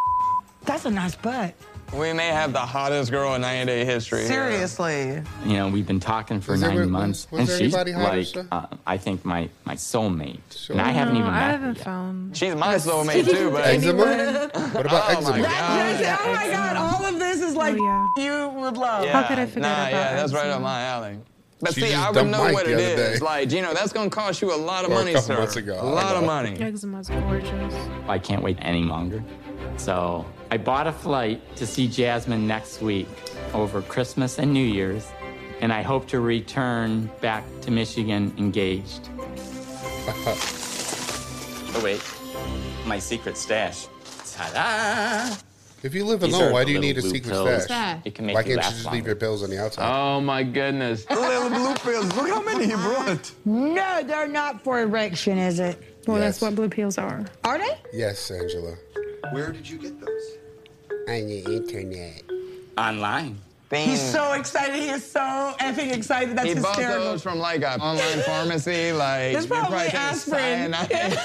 Speaker 11: that's a nice butt.
Speaker 9: We may have the hottest girl in 90 Day history.
Speaker 16: Seriously.
Speaker 15: You know, we've been talking for
Speaker 9: Was there-
Speaker 15: nine
Speaker 9: was-
Speaker 15: months,
Speaker 9: was
Speaker 15: and
Speaker 9: there
Speaker 15: she's
Speaker 9: anybody hotter,
Speaker 15: like,
Speaker 9: sir?
Speaker 15: uh, I think my my soulmate, and I haven't
Speaker 2: No,
Speaker 15: even
Speaker 2: I
Speaker 15: met.
Speaker 2: haven't found.
Speaker 9: She's my soulmate too, but
Speaker 1: What about
Speaker 9: oh
Speaker 1: eczema?
Speaker 9: My God.
Speaker 16: Oh my God, all of this is like you would love.
Speaker 9: Yeah, nah, yeah, that's right up my alley. But
Speaker 1: She
Speaker 9: see,
Speaker 1: just
Speaker 9: I would
Speaker 1: dumped
Speaker 9: know
Speaker 1: Mike
Speaker 9: what
Speaker 1: the
Speaker 9: it
Speaker 1: other day.
Speaker 9: is. Like, you know, that's gonna cost you a lot of
Speaker 15: Or a
Speaker 9: money,
Speaker 15: couple
Speaker 9: sir.
Speaker 15: months ago,
Speaker 9: A
Speaker 15: I
Speaker 9: lot of
Speaker 15: know.
Speaker 9: money.
Speaker 2: Eczema's gorgeous.
Speaker 15: I can't wait any longer. So I bought a flight to see Jasmine next week over Christmas and New Year's, and I hope to return back to Michigan engaged. oh wait, my secret stash. Ta-da!
Speaker 1: If you live
Speaker 15: These
Speaker 1: alone,
Speaker 15: are
Speaker 1: why
Speaker 15: the
Speaker 1: do you
Speaker 15: little
Speaker 1: need a
Speaker 15: blue
Speaker 1: secret
Speaker 15: pills. What's
Speaker 1: stash?
Speaker 15: that? It can make
Speaker 1: why
Speaker 15: you
Speaker 1: can't
Speaker 15: last
Speaker 1: you just
Speaker 15: longer.
Speaker 1: leave your pills on the outside?
Speaker 9: Oh my goodness.
Speaker 10: Little blue pills. Look how many he brought.
Speaker 11: No, they're not for erection, is it?
Speaker 14: Well, that's what blue pills are.
Speaker 11: Are they?
Speaker 1: Yes, Angela.
Speaker 10: Where did you get those?
Speaker 1: On the internet.
Speaker 15: Online.
Speaker 16: He's so excited. He is so effing excited. That's
Speaker 9: he bought
Speaker 16: hysterical.
Speaker 9: those from like an online pharmacy. Like,
Speaker 16: There's
Speaker 9: you probably
Speaker 16: probably
Speaker 9: take
Speaker 16: aspirin.
Speaker 9: cyanide.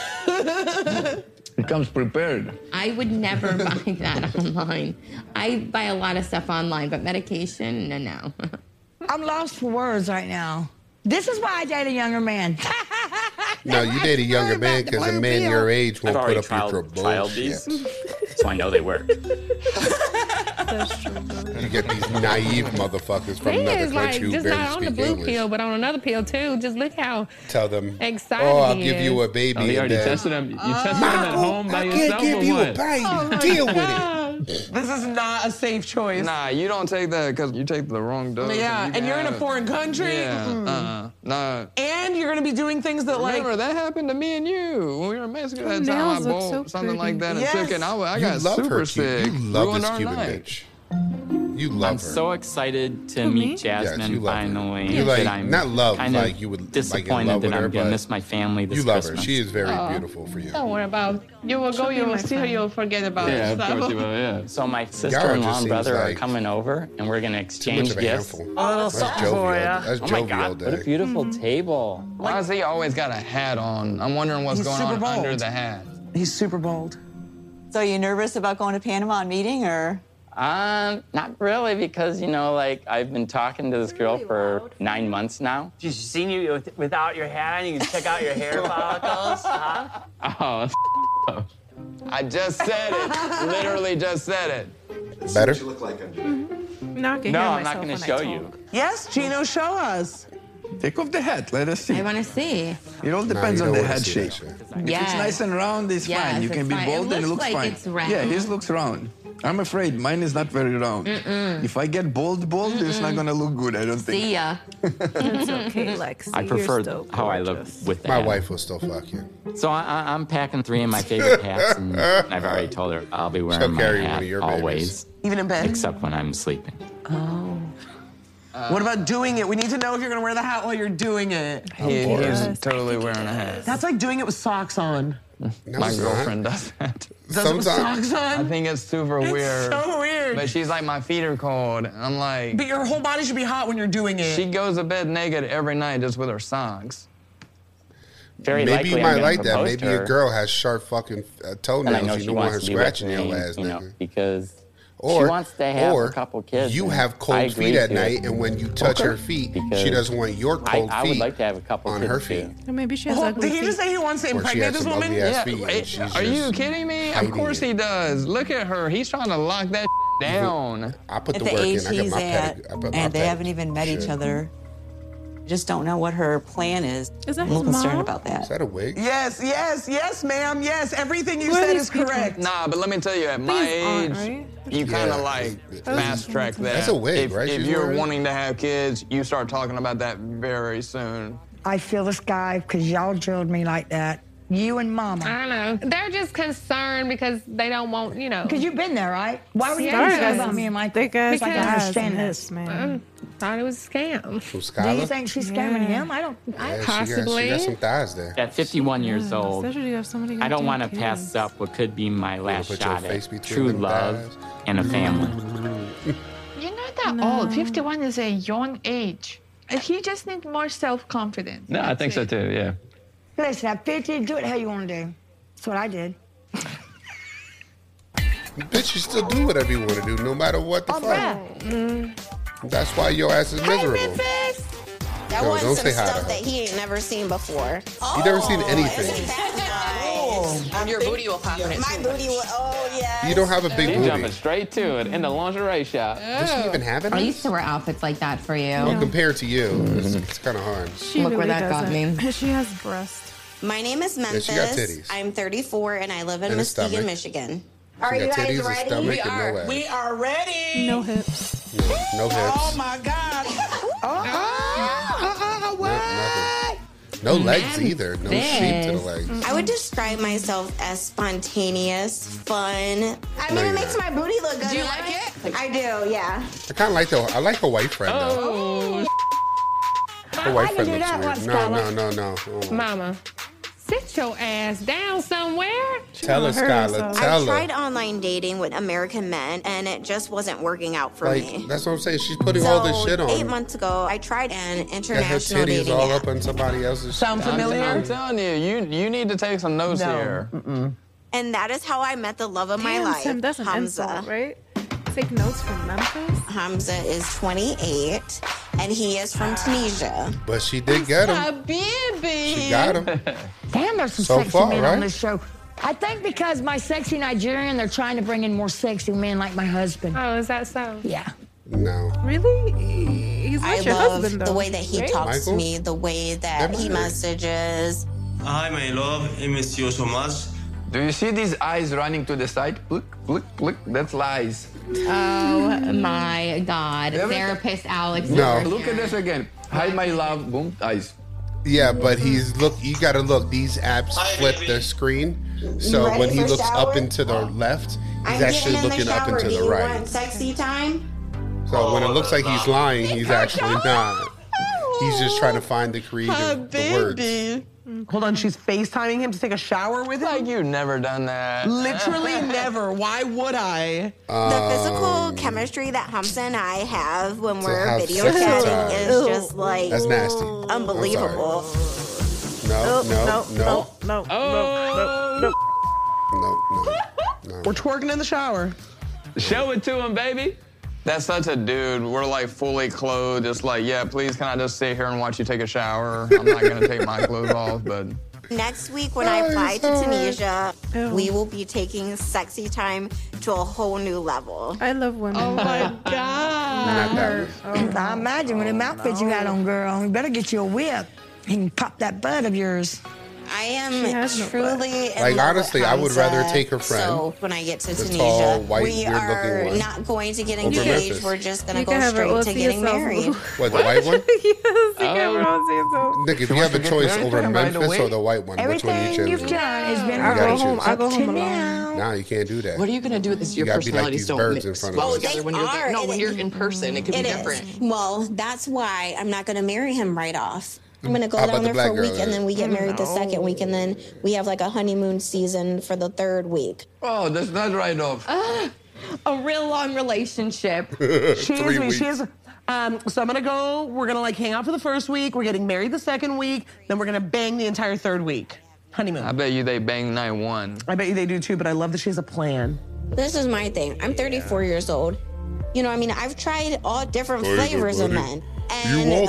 Speaker 10: It comes prepared.
Speaker 5: I would never buy that online. I buy a lot of stuff online, but medication, no, no.
Speaker 11: I'm lost for words right now. This is why I date a younger man.
Speaker 1: No, you date a younger man because a man your age won't
Speaker 15: I've
Speaker 1: put
Speaker 15: already
Speaker 1: up
Speaker 15: trialed,
Speaker 1: with your
Speaker 15: trialed
Speaker 1: bullshit.
Speaker 15: these, so I know they work.
Speaker 1: You get these naive motherfuckers from
Speaker 14: He
Speaker 1: another
Speaker 14: is like
Speaker 1: country who
Speaker 14: just
Speaker 1: barely
Speaker 14: not on the
Speaker 1: speak
Speaker 14: blue
Speaker 1: English.
Speaker 14: pill, but on another pill too. Just look how
Speaker 1: Tell them,
Speaker 14: Excited
Speaker 1: oh, I'll
Speaker 14: he
Speaker 1: give
Speaker 14: is. Uh,
Speaker 1: you a baby.
Speaker 14: Oh, he
Speaker 1: and
Speaker 14: already
Speaker 1: then-
Speaker 14: tested him. You tested
Speaker 1: Michael,
Speaker 14: him at home by
Speaker 1: I
Speaker 14: yourself
Speaker 1: can't
Speaker 14: or
Speaker 1: give you
Speaker 14: what?
Speaker 1: a baby.
Speaker 16: Oh my
Speaker 1: Deal with it.
Speaker 16: This is not a safe choice.
Speaker 9: nah, you don't take that because you take the wrong dose.
Speaker 16: Yeah, and you're in a
Speaker 9: gotta-
Speaker 16: foreign country? Mm-hmm.
Speaker 9: Yeah.
Speaker 16: Mm-mm.
Speaker 9: Uh-uh. Nah.
Speaker 16: And you're gonna be doing things that like.
Speaker 9: Remember that happened to me and you when we were in Mexico
Speaker 16: Your
Speaker 9: that time. I
Speaker 16: nails look
Speaker 9: bought
Speaker 16: so
Speaker 9: something like that
Speaker 16: pretty.
Speaker 9: and
Speaker 16: Yes.
Speaker 9: took it. And I, wa- I
Speaker 1: You
Speaker 9: got
Speaker 1: love
Speaker 9: super
Speaker 1: her, Cuban.
Speaker 9: sick.
Speaker 1: You love
Speaker 9: Ruined
Speaker 1: this
Speaker 9: our
Speaker 1: Cuban
Speaker 9: night.
Speaker 1: bitch. You love
Speaker 15: I'm
Speaker 1: her.
Speaker 15: so excited to
Speaker 1: Who, me?
Speaker 15: meet
Speaker 1: Yes,
Speaker 15: Jasmine
Speaker 1: you love her.
Speaker 15: finally.
Speaker 1: You like-
Speaker 15: that I'm
Speaker 1: not love,
Speaker 15: kind of
Speaker 1: like you would, like, in
Speaker 15: disappointed
Speaker 1: love
Speaker 15: that
Speaker 1: with her,
Speaker 15: I'm gonna
Speaker 1: but
Speaker 15: miss my family this
Speaker 1: you love her.
Speaker 15: Christmas.
Speaker 1: She is very
Speaker 14: Oh.
Speaker 1: beautiful for you.
Speaker 14: Don't worry about. You will go.
Speaker 1: be
Speaker 14: You
Speaker 1: my
Speaker 14: will see her.
Speaker 1: friend.
Speaker 14: You will forget about
Speaker 15: Yeah,
Speaker 14: it.
Speaker 15: of course you will,
Speaker 14: yeah.
Speaker 15: So my
Speaker 14: just
Speaker 15: sister-in-law and
Speaker 1: seems
Speaker 15: brother
Speaker 1: like
Speaker 15: are coming over, and we're gonna exchange
Speaker 1: of a
Speaker 15: gifts.
Speaker 1: handful.
Speaker 9: A
Speaker 16: Oh,
Speaker 9: little Oh, That's something jovial. for ya. That's
Speaker 15: oh my
Speaker 9: jovial
Speaker 15: God, what
Speaker 9: day.
Speaker 15: a beautiful
Speaker 16: Hmm.
Speaker 15: table.
Speaker 9: Why has he always got a hat on? I'm wondering what's
Speaker 18: He's
Speaker 9: going
Speaker 18: Super
Speaker 9: on
Speaker 18: Bowl.
Speaker 9: under the hat.
Speaker 16: He's super bold.
Speaker 18: So, are you nervous about going to Panama and meeting, or
Speaker 15: Um, not really, because you know, like I've been talking to this girl for nine months now.
Speaker 19: She's seen you with- without your hat on. You can check out your hair follicles. Huh?
Speaker 9: Oh, I just said it. Literally just said it.
Speaker 1: Better?
Speaker 9: you look like
Speaker 2: Not
Speaker 9: No, I'm not going to show you.
Speaker 16: Yes, Gino, show us.
Speaker 10: Take off the hat. Let us see.
Speaker 5: I want to see.
Speaker 10: It all
Speaker 1: Nah,
Speaker 10: depends
Speaker 1: you
Speaker 10: on
Speaker 1: don't
Speaker 10: the
Speaker 1: wanna
Speaker 10: head
Speaker 1: see that
Speaker 10: shape. If
Speaker 5: Yes.
Speaker 10: it's nice and round, it's
Speaker 5: Yes,
Speaker 10: fine. You
Speaker 5: it's
Speaker 10: can be
Speaker 5: fine. It
Speaker 10: bold and it looks
Speaker 5: looks like
Speaker 10: fine.
Speaker 5: it's round.
Speaker 10: Yeah, his looks round. I'm afraid mine is not very round.
Speaker 5: Mm-mm.
Speaker 10: If I get bold, bold, it's not gonna look good. I don't think.
Speaker 5: See ya.
Speaker 2: It's okay, Lexi.
Speaker 15: I prefer how I look with the My
Speaker 1: wife will still fuck you.
Speaker 15: So I, I, I'm packing three of my favorite hats, and I've already told her I'll be wearing
Speaker 1: She'll
Speaker 15: my
Speaker 1: carry one
Speaker 15: hat
Speaker 1: of your babies.
Speaker 15: always,
Speaker 16: Even in bed.
Speaker 15: except when I'm sleeping.
Speaker 16: Oh. what about doing it? We need to know if you're gonna wear the hat while you're doing it.
Speaker 9: He, he is totally wearing a hat.
Speaker 16: That's like doing it with socks on.
Speaker 9: My
Speaker 16: it's not.
Speaker 9: girlfriend does that.
Speaker 16: Does it with Sometimes- socks on?
Speaker 9: I think it's super
Speaker 16: It's
Speaker 9: weird.
Speaker 16: so weird.
Speaker 9: But she's like, my feet are cold. And I'm like,
Speaker 16: But your whole body should be hot when you're doing it.
Speaker 9: she goes to bed naked every night just with her socks.
Speaker 15: Very
Speaker 1: Maybe you might like that.
Speaker 15: propose to
Speaker 1: Maybe a
Speaker 15: her.
Speaker 1: girl has sharp fucking uh,
Speaker 15: And I
Speaker 1: toenails.
Speaker 15: know
Speaker 1: You
Speaker 15: she
Speaker 1: don't want her
Speaker 15: wants to be with
Speaker 1: scratching
Speaker 15: me,
Speaker 1: your ass,
Speaker 15: you know,
Speaker 1: nigga.
Speaker 15: Because
Speaker 1: Or
Speaker 15: she wants to have
Speaker 1: or
Speaker 15: a couple kids.
Speaker 1: you
Speaker 15: and
Speaker 1: have
Speaker 15: I
Speaker 1: cold
Speaker 15: agreed
Speaker 1: feet at
Speaker 15: to
Speaker 1: night,
Speaker 15: it.
Speaker 1: and when you touch her feet, she
Speaker 15: Because
Speaker 1: doesn't want your
Speaker 15: I-
Speaker 1: cold
Speaker 15: I would
Speaker 1: feet
Speaker 15: like to have a couple
Speaker 1: on
Speaker 15: kids
Speaker 1: her feet.
Speaker 2: Maybe she has
Speaker 16: Oh,
Speaker 2: ugly
Speaker 16: did he just
Speaker 2: feet.
Speaker 16: say he wants to
Speaker 1: Or she
Speaker 16: impregnate
Speaker 1: had
Speaker 16: this
Speaker 1: some
Speaker 16: woman?
Speaker 1: ugly ass feet.
Speaker 9: Hey,
Speaker 1: And she's
Speaker 9: are you
Speaker 1: just
Speaker 9: kidding me? Of
Speaker 1: hiding
Speaker 9: course he does. Look at her. He's trying to lock that down.
Speaker 1: I put
Speaker 18: at the age he's at,
Speaker 1: pedic- I put my
Speaker 18: and they
Speaker 1: pedic-
Speaker 18: haven't even met each
Speaker 1: shit.
Speaker 18: other? Just don't know what her plan is.
Speaker 2: Is that
Speaker 18: I'm a little
Speaker 16: his
Speaker 18: concerned
Speaker 16: mom?
Speaker 18: about that. Is
Speaker 1: that a wig?
Speaker 16: Yes, yes, yes, ma'am. Yes, everything you
Speaker 18: Who are
Speaker 16: said
Speaker 18: these
Speaker 16: is correct.
Speaker 9: Nah, but let me tell you, at my
Speaker 16: These aren't,
Speaker 9: age,
Speaker 16: right?
Speaker 9: you
Speaker 1: Yeah.
Speaker 9: kind of like fast track that.
Speaker 1: That's a wig,
Speaker 9: if,
Speaker 1: right?
Speaker 9: If
Speaker 1: She's
Speaker 9: you're
Speaker 1: wearing it?
Speaker 9: wanting to have kids, you start talking about that very soon.
Speaker 11: I feel the sky because y'all drilled me like that. You and Mama.
Speaker 14: I don't know. They're just concerned because they don't want you know.
Speaker 11: Because you've been there, right? Why were you
Speaker 14: Sorry,
Speaker 11: concerned
Speaker 14: guys.
Speaker 11: about me and Michael?
Speaker 14: Thick ass
Speaker 11: I
Speaker 14: guys
Speaker 11: can understand
Speaker 14: and
Speaker 11: this,
Speaker 14: man. thought it was a scam.
Speaker 1: From
Speaker 11: Do you
Speaker 1: Skylar?
Speaker 11: think she's scamming
Speaker 14: Yeah.
Speaker 11: him? I don't.
Speaker 1: Yeah,
Speaker 11: I,
Speaker 1: she got- She got,
Speaker 11: possibly.
Speaker 1: some thighs there.
Speaker 15: At 51 years old,
Speaker 2: Especially if somebody
Speaker 15: I don't
Speaker 2: goddamn
Speaker 15: want to
Speaker 2: kids.
Speaker 15: pass up what could be my last
Speaker 1: put your
Speaker 15: shot
Speaker 1: face
Speaker 15: at
Speaker 1: between
Speaker 15: true
Speaker 1: them
Speaker 15: love and a family.
Speaker 14: You know that
Speaker 8: not old. 51 is a young age. And He just needs more self confidence.
Speaker 20: No, I think so too. Yeah.
Speaker 11: Listen, at 50, do it how you want to do. That's what I did.
Speaker 1: Bitch, you still do whatever you want to do, no matter what the
Speaker 11: Oh,
Speaker 1: fuck. That's why your ass is miserable.
Speaker 17: That
Speaker 1: No,
Speaker 17: was
Speaker 1: don't
Speaker 17: some
Speaker 1: say hi to
Speaker 17: stuff
Speaker 1: her.
Speaker 17: that he ain't never seen before.
Speaker 1: You never seen
Speaker 17: Oh,
Speaker 1: anything.
Speaker 17: Your booty will pop in it. My booty will. Oh yeah.
Speaker 1: You don't have a big
Speaker 20: She's
Speaker 1: booty.
Speaker 20: jumping straight to it in the lingerie shop.
Speaker 1: Does she even have it?
Speaker 5: I used to wear outfits like that for
Speaker 14: Oh.
Speaker 5: you.
Speaker 1: Well, compared to you, it's, it's kind of hard.
Speaker 5: She Look where really that got doesn't. me.
Speaker 17: She has breasts. My name is
Speaker 1: Yeah,
Speaker 17: Memphis.
Speaker 1: she got titties.
Speaker 17: I'm 34 and I live in
Speaker 1: And a
Speaker 17: Muskegon,
Speaker 1: stomach.
Speaker 17: Michigan.
Speaker 1: She got titties, a stomach, and no ass.
Speaker 17: are ready. Oh
Speaker 2: No hips.
Speaker 1: No hips.
Speaker 17: my God. Ah!
Speaker 1: No legs either. No shape to the legs.
Speaker 17: I would describe myself as spontaneous, fun. I
Speaker 1: No,
Speaker 17: mean,
Speaker 1: you're
Speaker 17: it makes my booty look good. Do you like it? I do, yeah.
Speaker 1: I kind of like the. I like her white friend though.
Speaker 14: Oh,
Speaker 17: Oh.
Speaker 1: Her white friend looks
Speaker 14: that
Speaker 1: weird.
Speaker 14: one,
Speaker 1: No, no,
Speaker 14: Skylar.
Speaker 1: no, no. Oh.
Speaker 14: Mama, sit your ass down somewhere.
Speaker 1: Tell her, Skylar. Tell
Speaker 17: I tried
Speaker 1: her.
Speaker 17: online dating with American men and it just wasn't working out for
Speaker 1: Like
Speaker 17: me.
Speaker 1: that's what I'm saying. She's putting all this
Speaker 17: So,
Speaker 1: shit
Speaker 17: Eight
Speaker 1: on.
Speaker 17: months ago, I tried an
Speaker 1: Got her
Speaker 17: international
Speaker 1: titties
Speaker 17: dating
Speaker 1: all
Speaker 17: app.
Speaker 1: up on somebody else's.
Speaker 17: Sound
Speaker 1: shit.
Speaker 17: familiar?
Speaker 9: I'm telling you, you you need to take some notes
Speaker 1: No.
Speaker 9: here.
Speaker 17: And that is how I met the love of my
Speaker 2: Damn,
Speaker 17: life.
Speaker 2: Sam, that's an
Speaker 17: Hamza.
Speaker 2: insult,
Speaker 17: right? Take notes from Memphis. Hamza is 28 and he is from Tunisia.
Speaker 1: But she did get him.
Speaker 17: baby.
Speaker 1: She got him.
Speaker 11: Damn, there's some
Speaker 1: So
Speaker 11: sexy
Speaker 1: far,
Speaker 11: men
Speaker 1: right?
Speaker 11: on this show. I think because my sexy Nigerian, they're trying to bring in more sexy men like my husband.
Speaker 14: Oh, is that so?
Speaker 11: Yeah.
Speaker 1: No.
Speaker 11: Really?
Speaker 2: He's
Speaker 17: I
Speaker 2: not your
Speaker 17: love
Speaker 2: husband,
Speaker 17: the
Speaker 2: though,
Speaker 17: way that he
Speaker 2: right?
Speaker 17: talks
Speaker 2: Michael?
Speaker 17: to me, the way that he messages.
Speaker 10: Hi, my love. I miss you so much. Do you see these eyes running to the side? Look, look, look. That's lies.
Speaker 5: Oh my God. Therapist Alex.
Speaker 1: No.
Speaker 5: over
Speaker 1: Look
Speaker 5: here.
Speaker 1: at
Speaker 10: This again. Hi, my love. Boom, eyes.
Speaker 1: Yeah, but he's look. You gotta look. These apps flip the screen, so
Speaker 17: ready
Speaker 1: when he
Speaker 17: for
Speaker 1: looks up
Speaker 17: shower?
Speaker 1: into the left, he's
Speaker 17: I'm
Speaker 1: actually
Speaker 17: getting in
Speaker 1: looking
Speaker 17: the shower.
Speaker 1: up into
Speaker 17: Do
Speaker 1: the
Speaker 17: you
Speaker 1: right.
Speaker 17: want sexy time?
Speaker 1: So when it looks like he's lying, he's actually not. He's just trying to find the creative the words.
Speaker 16: Hold on, she's FaceTiming him to take a shower with him? Like,
Speaker 9: you've never done that.
Speaker 16: Literally never. Why would I?
Speaker 17: the physical chemistry that Hamza and I have when we're
Speaker 1: Um, have
Speaker 17: video
Speaker 1: sexy time.
Speaker 17: chatting is
Speaker 1: Ew.
Speaker 17: just like
Speaker 1: That's nasty.
Speaker 17: unbelievable.
Speaker 1: No, no,
Speaker 16: Nope,
Speaker 1: no,
Speaker 16: no, no, no,
Speaker 1: no, no.
Speaker 16: no. We're twerking in the shower.
Speaker 9: Show it to him, baby. That's such a dude. We're like fully clothed. It's like, yeah, please, can I just sit here and watch you take a shower? I'm not gonna take my clothes off, but
Speaker 17: Next week, when I
Speaker 13: Oh,
Speaker 17: fly to
Speaker 13: sorry.
Speaker 17: Tunisia, we will be taking sexy time to a whole new level. I love women. Oh my
Speaker 11: Not
Speaker 17: god.
Speaker 11: I imagine with them outfits you had on, girl. You better get you a whip and pop that butt of yours.
Speaker 17: I am truly in
Speaker 1: Like,
Speaker 17: love with
Speaker 1: honestly, I would
Speaker 17: Hamza.
Speaker 1: rather take her friend,
Speaker 17: So when I get
Speaker 1: the
Speaker 17: to Tunisia,
Speaker 1: tall, white,
Speaker 17: we
Speaker 1: weird-looking
Speaker 17: are
Speaker 1: one,
Speaker 17: not going to get
Speaker 1: over
Speaker 17: engaged.
Speaker 1: Memphis.
Speaker 17: We're just
Speaker 2: You
Speaker 17: going to
Speaker 2: can
Speaker 17: go
Speaker 2: have her
Speaker 17: straight
Speaker 2: all
Speaker 17: to
Speaker 2: to
Speaker 17: getting
Speaker 2: yourself,
Speaker 17: married.
Speaker 2: Lou.
Speaker 1: What the white one?
Speaker 18: Oh.
Speaker 1: Nick, if
Speaker 10: She
Speaker 1: you
Speaker 10: wants
Speaker 1: have a
Speaker 10: to get
Speaker 1: choice
Speaker 10: married
Speaker 1: over
Speaker 10: to him right
Speaker 1: Memphis or
Speaker 10: away?
Speaker 1: the white one, which one are you
Speaker 11: Everything
Speaker 1: choosing?
Speaker 11: you've done has been
Speaker 1: I gotta
Speaker 11: wrong
Speaker 1: choose.
Speaker 11: up to now.
Speaker 1: Nah, you can't do that.
Speaker 21: What are you gonna do with this? Your
Speaker 1: You gotta be like
Speaker 21: personalities
Speaker 1: these
Speaker 21: don't
Speaker 1: birds in
Speaker 21: mix
Speaker 1: front of
Speaker 21: well
Speaker 1: us.
Speaker 21: together when you're there. No, when you're in person, it could be
Speaker 17: It is.
Speaker 21: different.
Speaker 17: Well, that's why I'm not going to marry him right off. I'm going to go
Speaker 21: How about
Speaker 17: down
Speaker 21: the
Speaker 17: there
Speaker 21: black
Speaker 17: for a
Speaker 21: girl
Speaker 17: week, and
Speaker 21: then?
Speaker 17: then we get married the
Speaker 21: Mm, No.
Speaker 17: second week, and then we have like a honeymoon season for the third week.
Speaker 10: Oh, that's not right off.
Speaker 5: A real long relationship.
Speaker 16: She is me. She is. Um, so I'm gonna go. We're gonna like hang out for the first week. We're getting married the second week. Then we're gonna bang the entire third week. Honeymoon.
Speaker 9: I bet you they bang night one.
Speaker 16: I bet you they do too. But I love that she has a plan.
Speaker 17: This is my thing. I'm 34 years old. You know, I mean, I've tried all different flavors of men. And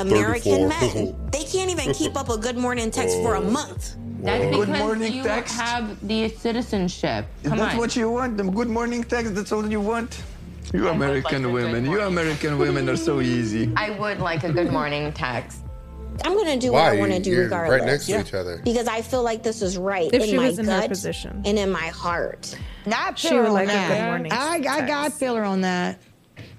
Speaker 17: American
Speaker 10: Oh.
Speaker 17: men, they can't even keep up a good morning text for a month.
Speaker 5: That's
Speaker 10: Good
Speaker 5: because
Speaker 10: morning
Speaker 5: you
Speaker 10: text.
Speaker 5: have the citizenship. Come
Speaker 10: that's
Speaker 5: on.
Speaker 10: what you want. Them good morning text. That's all you want. You American women. You American women are so easy.
Speaker 5: I would like a good morning text.
Speaker 17: I'm going to do what I
Speaker 10: Why?
Speaker 17: want to do
Speaker 10: You're right
Speaker 17: regardless.
Speaker 10: next to Yeah. each other.
Speaker 17: Because I feel like this is right
Speaker 2: If
Speaker 17: in
Speaker 2: she
Speaker 17: my
Speaker 2: was in her
Speaker 17: gut
Speaker 2: position.
Speaker 17: and in my heart.
Speaker 11: Not
Speaker 5: She would
Speaker 11: on
Speaker 5: like a
Speaker 11: that.
Speaker 5: good morning
Speaker 11: I, I got filler on that.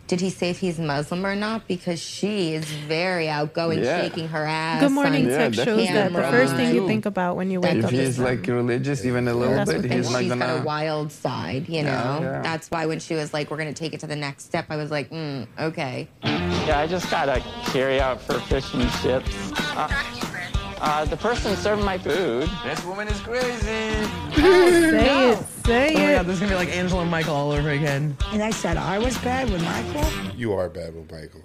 Speaker 5: Did he say if he's Muslim or not? Because she is very outgoing,
Speaker 10: Yeah.
Speaker 5: shaking her ass.
Speaker 2: Good morning
Speaker 10: Yeah,
Speaker 2: text
Speaker 10: that's
Speaker 2: shows
Speaker 10: the
Speaker 2: that the
Speaker 10: problem
Speaker 2: first thing you
Speaker 10: too.
Speaker 2: think about when you wake
Speaker 10: if
Speaker 2: up
Speaker 10: he's
Speaker 2: is them.
Speaker 10: like religious even a little
Speaker 5: That's
Speaker 10: bit,
Speaker 5: what- and
Speaker 10: he's not
Speaker 5: she's got a
Speaker 10: gonna.
Speaker 5: wild side, you know.
Speaker 10: Yeah, yeah.
Speaker 5: That's why when she was like, "We're gonna take it to the next step," I was like, mm, "Okay."
Speaker 20: Yeah, I just gotta carry out for fish and chips. Uh, uh, the person serving my food.
Speaker 10: This woman is crazy.
Speaker 2: Say it, Say
Speaker 16: oh my
Speaker 2: it.
Speaker 16: god, this is gonna be like Angela and Michael all over again.
Speaker 11: And I said I was bad with Michael.
Speaker 1: You are bad with Michael.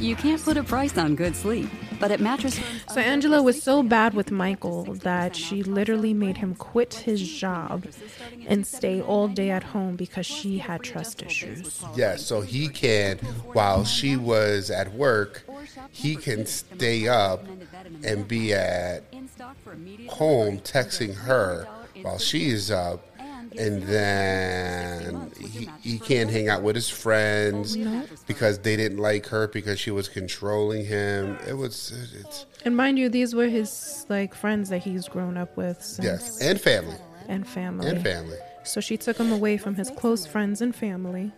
Speaker 3: You can't put a price on good sleep, but at Mattress
Speaker 2: So Angela was so bad with Michael that she literally made him quit his job and stay all day at home because she had trust issues.
Speaker 1: Yeah, so he can, while she was at work, he can stay up and be at home texting her while she is up. And then he, he can't hang out with his friends
Speaker 2: Nope.
Speaker 1: because they didn't like her because she was controlling him. It was, it's,
Speaker 2: And mind you, these were his like friends that he's grown up with since
Speaker 1: yes, and family.
Speaker 2: and family.
Speaker 1: And family.
Speaker 2: So she took him away from his close friends and family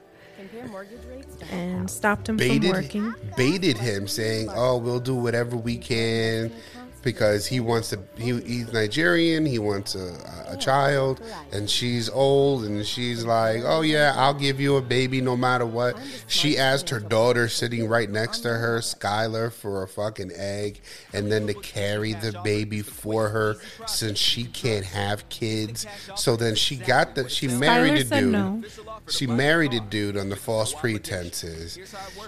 Speaker 2: and stopped him from working.
Speaker 1: baited him, saying, "Oh, we'll do whatever we can," because he wants to. He, he's Nigerian. He wants a, a child, and she's old, and she's like, "Oh yeah, I'll give you a baby no matter what." She asked her daughter sitting right next to her, Skylar, for a fucking egg, and then to carry the baby for her since she can't have kids. So then she got the she married a
Speaker 2: said
Speaker 1: dude.
Speaker 2: no.
Speaker 1: She married a dude on the false pretenses.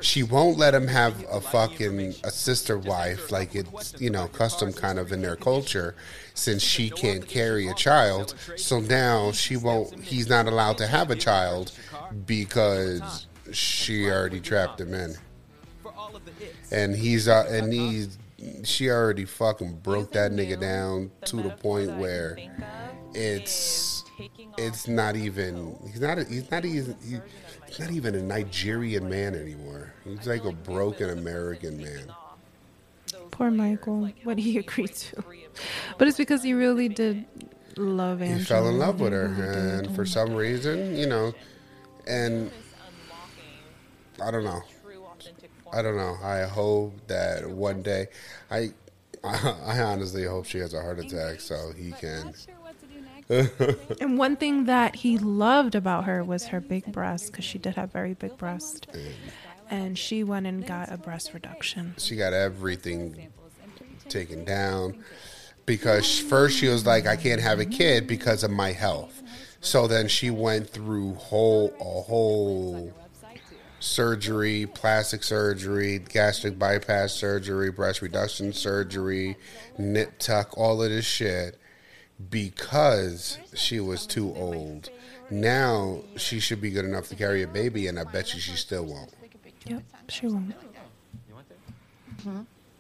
Speaker 1: She won't let him have a fucking a sister wife like it's you know custom kind of in their culture, since she can't carry a child. So now she won't. He's not allowed to have a child because she already trapped him in. And he's uh, and he's she already fucking broke that nigga down to the point where it's it's not even he's not a, he's not even he- he's not even a Nigerian man anymore. He's like a broken American man.
Speaker 2: Poor Michael, what he agreed to. But it's because he really did love Angela.
Speaker 1: He fell in love with her, and for some reason, you know, and I don't know. I don't know. I hope that one day, I, I honestly hope she has a heart attack so he can.
Speaker 2: And one thing that he loved about her was her big breast, because she did have very big breast. And she went and got a breast reduction.
Speaker 1: she got everything taken down because first she was like, I can't have a kid because of my health. So then she went through whole a whole surgery, plastic surgery, gastric bypass surgery, breast reduction surgery, nip tuck, all of this shit because she was too old. Now she should be good enough to carry a baby, and I bet you she still won't.
Speaker 2: Yep, she won't.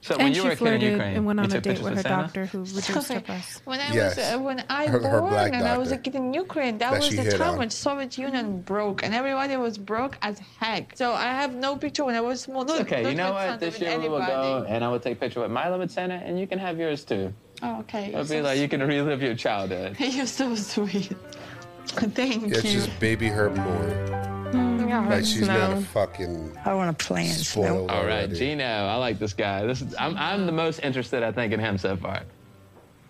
Speaker 10: So when
Speaker 2: and
Speaker 10: you
Speaker 2: she
Speaker 10: were a kid in
Speaker 2: flirted
Speaker 10: Ukraine,
Speaker 2: and went
Speaker 10: you
Speaker 2: on a
Speaker 10: took
Speaker 2: date
Speaker 10: pictures
Speaker 2: with her
Speaker 10: with Santa?
Speaker 2: doctor who reduced her breast.
Speaker 14: When I
Speaker 10: Yes.
Speaker 14: was uh, when I
Speaker 10: Her- her
Speaker 14: born
Speaker 10: black
Speaker 14: and I was a
Speaker 10: doctor
Speaker 14: kid in Ukraine, that,
Speaker 10: that
Speaker 14: was
Speaker 10: she
Speaker 14: the
Speaker 10: hit
Speaker 14: time
Speaker 10: on.
Speaker 14: when Soviet Union broke and everybody was broke as heck. So I have no picture when I was small.
Speaker 10: It's
Speaker 14: Not-
Speaker 10: okay.
Speaker 14: not
Speaker 10: You know
Speaker 14: with
Speaker 10: what?
Speaker 14: Santa,
Speaker 10: This
Speaker 14: with
Speaker 10: year we will
Speaker 14: anybody.
Speaker 10: go and I will take a picture with my limit center and you can have yours too.
Speaker 14: Oh, okay.
Speaker 10: It'll be like you can relive your childhood.
Speaker 14: You're so sweet. Thank
Speaker 1: Yeah,
Speaker 14: you. Mm,
Speaker 1: she's baby her more.
Speaker 14: Yeah,
Speaker 1: Like she's not a
Speaker 10: No.
Speaker 1: fucking.
Speaker 11: I want to plan.
Speaker 1: Spoiled
Speaker 10: All right,
Speaker 1: already.
Speaker 10: Gino. I like this guy. This is, I'm, I'm the most interested, I think, in him so far.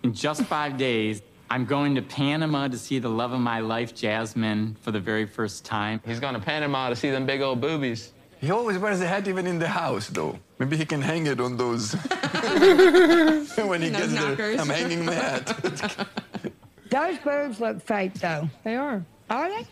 Speaker 15: In just five days, I'm going to Panama to see the love of my life, Jasmine, for the very first time.
Speaker 10: He's going to Panama to see them big old boobies.
Speaker 22: He always wears a hat even in the house, though. Maybe he can hang it on those. when he
Speaker 11: Those
Speaker 22: gets
Speaker 11: knockers.
Speaker 22: there, I'm hanging my hat.
Speaker 11: Those boobs look fake though. They are. Are they?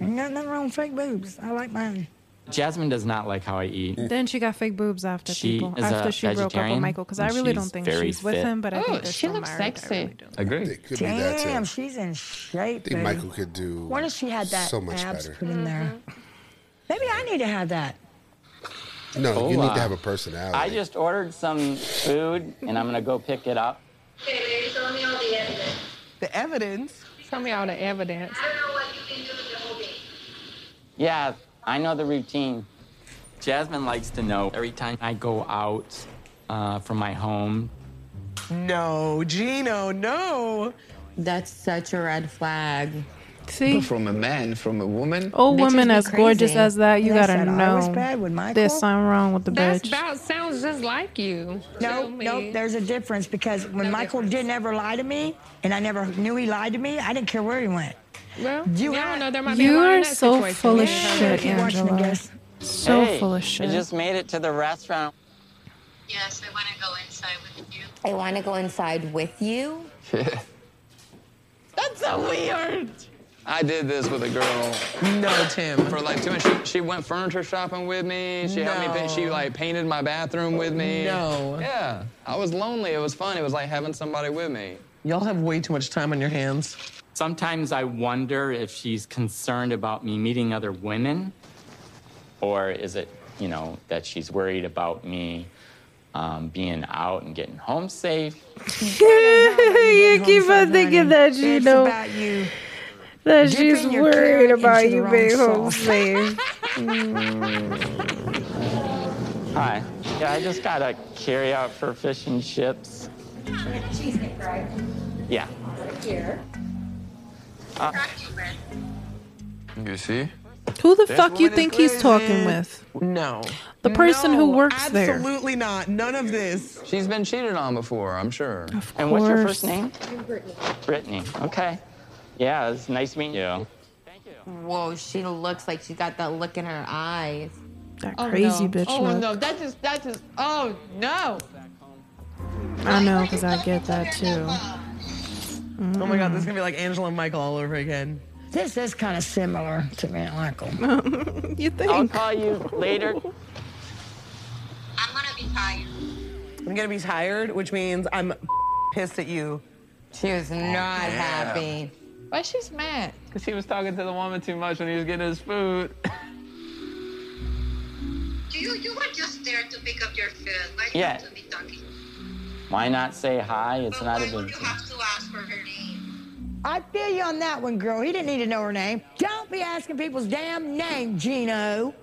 Speaker 11: Ain't nothing wrong with fake boobs. I like mine.
Speaker 15: Jasmine does not like how I eat.
Speaker 1: Mm.
Speaker 2: Then she got fake boobs after
Speaker 15: She
Speaker 2: people
Speaker 15: is
Speaker 2: after
Speaker 15: a
Speaker 2: she broke up with
Speaker 15: vegetarian,
Speaker 2: Michael because I
Speaker 15: and
Speaker 2: really don't
Speaker 15: she's
Speaker 2: think
Speaker 15: very
Speaker 2: she's with
Speaker 15: fit.
Speaker 2: him, but I
Speaker 14: Oh,
Speaker 2: think they're
Speaker 14: she
Speaker 2: still
Speaker 14: looks
Speaker 2: married.
Speaker 14: sexy.
Speaker 10: Agree.
Speaker 1: could be that too.
Speaker 11: Damn, she's in shape.
Speaker 1: I think
Speaker 11: baby.
Speaker 1: Michael could do.
Speaker 11: Why does she have that
Speaker 1: so much
Speaker 11: abs
Speaker 1: better?
Speaker 11: put in there?
Speaker 2: Mm-hmm.
Speaker 11: Maybe I need to have that.
Speaker 1: No, you
Speaker 15: Hola.
Speaker 1: need to have a personality.
Speaker 15: I just ordered some food and I'm going to go pick it up.
Speaker 16: The evidence.
Speaker 14: Tell me all the evidence.
Speaker 15: Yeah, I know the routine. Jasmine likes to know every time I go out uh, from my home.
Speaker 16: No, Gino, no.
Speaker 21: That's such a red flag.
Speaker 2: See?
Speaker 22: From a man, from a woman.
Speaker 2: Old woman as gorgeous as that, you
Speaker 11: And I
Speaker 2: gotta
Speaker 11: said I was
Speaker 2: know
Speaker 11: bad with Michael.
Speaker 2: there's something wrong with the
Speaker 14: That's
Speaker 2: bitch.
Speaker 14: about sounds just like you.
Speaker 11: Nope, nope. There's a difference because when Michael didn't ever lie to me, and I never knew he lied to me, I didn't care where he went.
Speaker 14: Well,
Speaker 11: you
Speaker 14: I don't know. There might be a
Speaker 2: you
Speaker 14: lot in
Speaker 2: are
Speaker 14: that
Speaker 2: so
Speaker 14: situation.
Speaker 2: full of
Speaker 14: Yeah.
Speaker 2: shit,
Speaker 11: Keep watching the
Speaker 2: Angela.
Speaker 11: guests.
Speaker 2: So
Speaker 15: Hey,
Speaker 2: full of
Speaker 15: I
Speaker 2: shit.
Speaker 15: just made it to the restaurant.
Speaker 17: Yes, I want to go inside with you.
Speaker 5: I want to go inside with you.
Speaker 22: Yeah.
Speaker 21: That's so weird.
Speaker 9: I did this with a girl.
Speaker 16: No, Tim.
Speaker 9: For like two, and she, she went furniture shopping with me. She helped me. Paint, she like painted my bathroom with me.
Speaker 16: No.
Speaker 9: Yeah, I was lonely. It was fun. It was like having somebody with me.
Speaker 16: Y'all have way too much time on your hands.
Speaker 15: Sometimes I wonder if she's concerned about me meeting other women, or is it, you know, that she's worried about me um, being out and getting home safe?
Speaker 2: you keep on thinking that you
Speaker 11: It's
Speaker 2: know
Speaker 11: about you.
Speaker 2: that
Speaker 11: Dipping
Speaker 2: she's
Speaker 11: your
Speaker 2: worried
Speaker 11: carrot
Speaker 2: about
Speaker 11: into the
Speaker 2: you
Speaker 11: wrong
Speaker 2: being home
Speaker 11: sauce.
Speaker 2: safe. Mm.
Speaker 20: Hi. Yeah, I just got a carry out for fish and chips.
Speaker 17: Cheese right?
Speaker 20: Yeah.
Speaker 17: Here.
Speaker 20: Uh,
Speaker 22: You see?
Speaker 2: Who the fuck you think he's talking with?
Speaker 16: No.
Speaker 2: The person who
Speaker 16: No,
Speaker 2: works there.
Speaker 16: Absolutely not. None of this.
Speaker 9: She's been cheated on before, I'm sure.
Speaker 15: and what's your first name?
Speaker 17: Brittany.
Speaker 15: Brittany. Okay. Yeah, it's nice meeting you.
Speaker 17: Whoa, she looks like she's got that look in her eyes.
Speaker 2: That
Speaker 14: no. Oh no, that is that is. Oh no.
Speaker 2: I know, because I get that too.
Speaker 16: Oh my god, this is gonna be like Angela and Michael all over again.
Speaker 11: This is kind of similar to me and Michael.
Speaker 2: you think?
Speaker 15: I'll call you later.
Speaker 16: I'm gonna be tired, which means I'm pissed at you.
Speaker 17: She was not happy.
Speaker 14: Why she's mad?
Speaker 10: Because he was talking to the woman too much when he was getting his food.
Speaker 6: You, you were just there to pick up your food. Why
Speaker 15: Yeah.
Speaker 6: you have to be talking?
Speaker 15: Why not say hi? It's not a big
Speaker 6: You have to ask for her name.
Speaker 11: I feel you on that one, girl. He didn't need to know her name. Don't be asking people's damn name, Gino.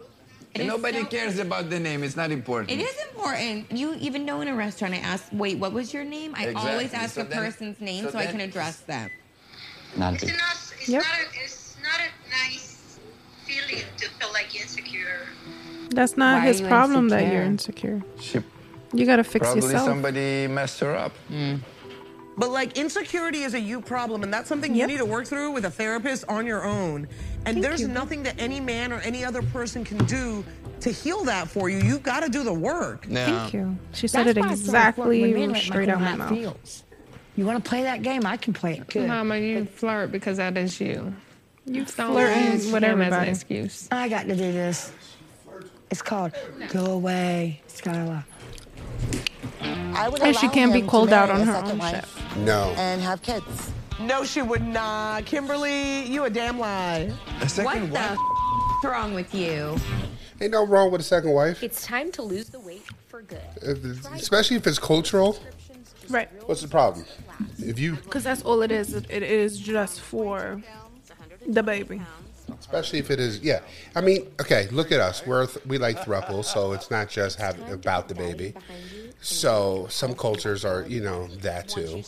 Speaker 22: And nobody cares about the name. It's not important.
Speaker 17: It is important. You even know in a restaurant, I ask, wait, what was your name? I always
Speaker 22: Exactly.
Speaker 17: ask
Speaker 22: So
Speaker 17: a
Speaker 22: then-
Speaker 17: person's name so,
Speaker 22: so
Speaker 17: I
Speaker 22: then-
Speaker 17: can address them.
Speaker 15: Not a big
Speaker 6: It's not a, it's not a nice feeling to feel like insecure.
Speaker 2: That's not
Speaker 6: Why are
Speaker 2: his
Speaker 6: you
Speaker 2: problem that
Speaker 6: insecure?
Speaker 2: you're insecure.
Speaker 22: She
Speaker 2: You gotta fix
Speaker 22: Probably
Speaker 2: yourself.
Speaker 22: somebody messed her up.
Speaker 10: Hmm.
Speaker 16: But like insecurity is a you problem, and that's something you need to work through with a therapist on your own. And there's nothing that any man or any other person can do to heal that for you. You've got to do the work.
Speaker 11: Yeah.
Speaker 2: Thank you. She said
Speaker 11: That's
Speaker 2: it
Speaker 11: why I started flirting with men
Speaker 2: exactly
Speaker 11: like
Speaker 2: straight out
Speaker 11: Michael Matt
Speaker 2: my mouth. Uh-huh.
Speaker 11: Fields. You want to play that game? I can play it. Good.
Speaker 14: Mama, you flirt because that is you.
Speaker 2: You
Speaker 14: Don't
Speaker 11: flirting
Speaker 14: use
Speaker 11: with
Speaker 14: him as an
Speaker 11: everybody.
Speaker 14: excuse.
Speaker 11: I got to do this. It's called Go Away, Skylar.
Speaker 7: I would
Speaker 2: And she
Speaker 7: allow
Speaker 2: can't be
Speaker 7: him to
Speaker 2: called out
Speaker 7: marry
Speaker 2: on
Speaker 7: a
Speaker 2: her
Speaker 7: second
Speaker 2: own
Speaker 7: wife
Speaker 1: No.
Speaker 7: And have kids.
Speaker 16: No, she would not. Kimberly, you a damn lie.
Speaker 17: What the f- wrong with you?
Speaker 1: Ain't no wrong with a second wife,
Speaker 17: It's time to lose the weight for good.
Speaker 1: If it's- especially if it's cultural.
Speaker 2: Right.
Speaker 1: What's the problem? If you,
Speaker 2: Because that's all it is. It, it is just for the baby.
Speaker 1: especially if it is, yeah. I mean, okay, look at us. We're th- we like throuple, so it's not just have, about the baby. So some cultures are, you know, that too.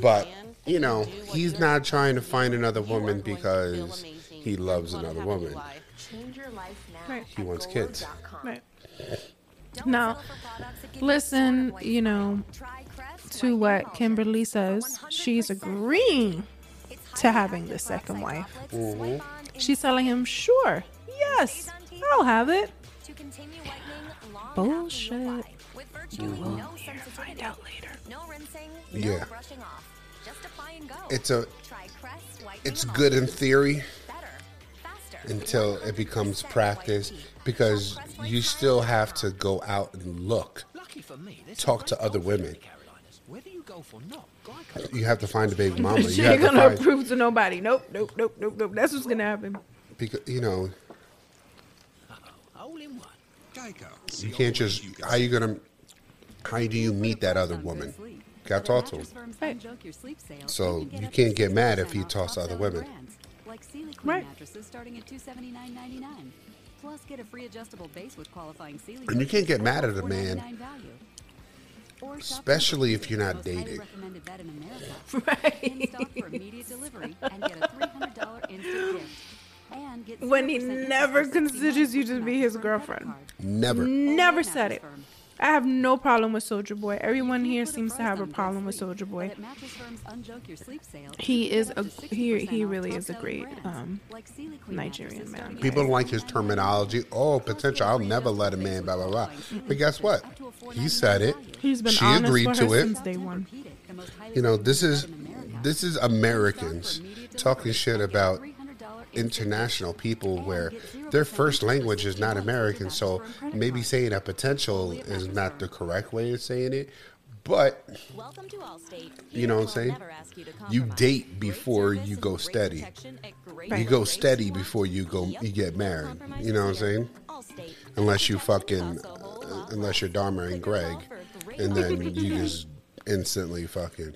Speaker 1: But you know, he's not trying to find another woman because he loves another woman.
Speaker 17: Change your life now.
Speaker 2: Right.
Speaker 1: He wants kids.
Speaker 2: Right. Now, listen, you know, to what Kimberly says. She's agreeing to having the second wife.
Speaker 1: Mhm.
Speaker 2: She's telling him, sure, yes, I'll have it. Bullshit. You will hear- find out later.
Speaker 1: Yeah. It's a. It's good in theory until it becomes practice because you still have to go out and look, talk to other women. You have to find a baby mama.
Speaker 2: she
Speaker 1: You
Speaker 2: ain't
Speaker 1: have to
Speaker 2: gonna
Speaker 1: find
Speaker 2: prove to nobody. Nope, nope, nope, nope, nope. That's what's gonna happen.
Speaker 1: because you know you can't just how you gonna how do you meet that other woman? Got to talk to him.
Speaker 2: Right.
Speaker 1: So you can't get mad if you toss other women.
Speaker 3: Like Sealy mattresses starting at $279.99. Plus, get a free adjustable base with qualifying Sealy.
Speaker 1: And you can't get mad at a man, especially if you're not dating.
Speaker 2: When he never considers you to be his girlfriend.
Speaker 1: Never.
Speaker 2: Never said it. I have no problem with Soldier Boy. Everyone here seems to have a problem with Soldier Boy. He is a he. He really is a great um, Nigerian man.
Speaker 1: People don't like his terminology. Oh, potential. I'll never let a man, blah, blah, blah. But guess what? He said it.
Speaker 2: He's been
Speaker 1: She
Speaker 2: honest
Speaker 1: agreed
Speaker 2: with
Speaker 1: to
Speaker 2: her
Speaker 1: it.
Speaker 2: since day one.
Speaker 1: You know, this is this is Americans talking shit about international people where their first language is not American. So maybe saying a potential is not the correct way of saying it. But
Speaker 23: Welcome to Allstate.
Speaker 1: you know what I'm saying? You date before you go steady. You go steady before you go you get married. You know what I'm saying? Unless you fucking uh, unless you're Dharma and Greg, and then you just instantly fucking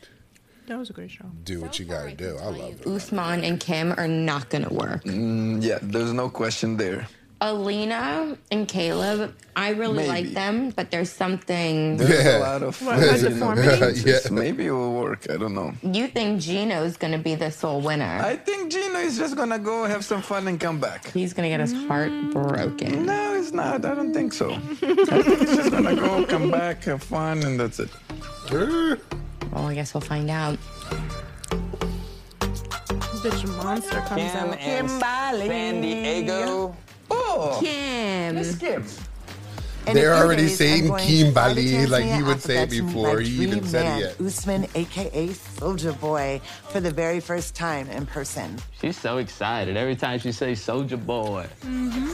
Speaker 2: That was a great show.
Speaker 1: do what you gotta do. I love it.
Speaker 5: Usman and Kim are not going to work.
Speaker 10: Mm, yeah, there's no question there.
Speaker 5: Alina and Caleb, I really
Speaker 10: Maybe.
Speaker 5: like them, but there's something.
Speaker 10: There's a lot of
Speaker 5: What, about
Speaker 10: you know,
Speaker 5: deformity?
Speaker 10: just Maybe it will work. I don't know.
Speaker 5: You think Gino's going to be the sole winner?
Speaker 10: I think Gino is just gonna go have some fun and come back.
Speaker 5: He's going to get his heart broken.
Speaker 10: No, he's not. I don't think so. I think he's just gonna go, come back, have fun, and that's it.
Speaker 5: Well, I guess we'll find out.
Speaker 2: Bitch monster comes
Speaker 19: Kim
Speaker 2: out.
Speaker 19: and San Diego.
Speaker 10: Oh,
Speaker 5: Kim.
Speaker 19: Miss Kim.
Speaker 7: In a
Speaker 1: They're
Speaker 7: few
Speaker 1: already
Speaker 7: days,
Speaker 1: saying
Speaker 7: I'm going
Speaker 1: Kim
Speaker 7: to try to
Speaker 1: Bali,
Speaker 7: change
Speaker 1: like
Speaker 7: my
Speaker 1: he would say
Speaker 7: alphabet to
Speaker 1: before
Speaker 7: "Oh, my
Speaker 1: he even
Speaker 7: dream
Speaker 1: said it
Speaker 7: man,
Speaker 1: yet.
Speaker 7: Usman, aka Soldier Boy, for the very first time in person.
Speaker 9: She's so excited every time she says "Soldier Boy."
Speaker 7: Mm-hmm.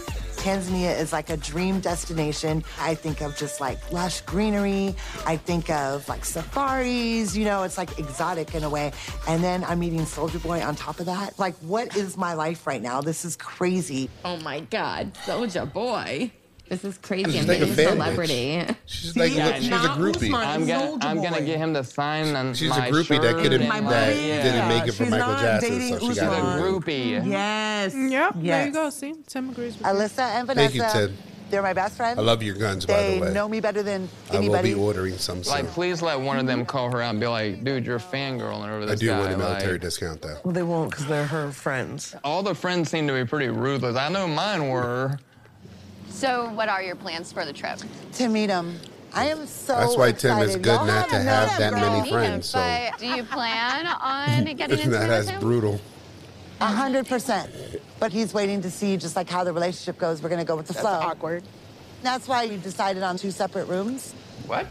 Speaker 7: Tanzania is like a dream destination. I think of just like lush greenery. I think of like safaris, you know, it's like exotic in a way. And then I'm meeting Soldier Boy on top of that. Like, what is my life right now? This is crazy.
Speaker 5: Oh my God, Soja Boy. This is
Speaker 9: I'm
Speaker 5: crazy.
Speaker 9: just
Speaker 5: I'm
Speaker 9: like a
Speaker 5: dating a
Speaker 9: fan bitch.
Speaker 5: celebrity.
Speaker 1: She's like, look, she's a groupie.
Speaker 9: I'm gonna, I'm gonna get him to sign on
Speaker 1: She's
Speaker 9: my
Speaker 1: a groupie that
Speaker 9: shirt
Speaker 1: couldn't
Speaker 9: and my-
Speaker 1: that
Speaker 9: Yeah.
Speaker 1: didn't make it for
Speaker 9: She's
Speaker 1: Michael
Speaker 9: not
Speaker 1: Jackson,
Speaker 9: dating
Speaker 1: so she
Speaker 9: Usman.
Speaker 1: got a
Speaker 9: groupie.
Speaker 7: Yes.
Speaker 2: Yep. There you
Speaker 7: Yes.
Speaker 2: go. See, Tim agrees with
Speaker 7: Alyssa and
Speaker 1: Thank you,
Speaker 7: Vanessa,
Speaker 1: Tim.
Speaker 7: they're my best friends.
Speaker 1: I love your guns, by the
Speaker 7: They
Speaker 1: way.
Speaker 7: know me better than
Speaker 1: I will
Speaker 7: anybody.
Speaker 1: be ordering some soon.
Speaker 9: Like, please let one of them call her out and be like, "Dude, you're fangirling over
Speaker 1: I
Speaker 9: this
Speaker 1: do
Speaker 9: guy."
Speaker 1: want a military
Speaker 9: like-
Speaker 1: discount though.
Speaker 16: Well, they won't because they're her friends.
Speaker 9: All the friends seem to be pretty ruthless. I know mine were.
Speaker 24: So, what are your plans for the trip?
Speaker 7: to meet him. I am so
Speaker 1: That's why Tim
Speaker 7: excited.
Speaker 1: is good
Speaker 7: Y'all
Speaker 1: not to
Speaker 7: haven't
Speaker 1: have
Speaker 7: met
Speaker 1: that
Speaker 7: him,
Speaker 1: many
Speaker 7: bro.
Speaker 1: friends, so-
Speaker 24: But do you plan on getting into
Speaker 1: Nah,
Speaker 24: it
Speaker 1: that's
Speaker 24: with him?
Speaker 1: brutal.
Speaker 7: A hundred percent. But he's waiting to see just like how the relationship goes. We're gonna go with the flow. awkward. That's why you decided on two separate rooms.
Speaker 10: What?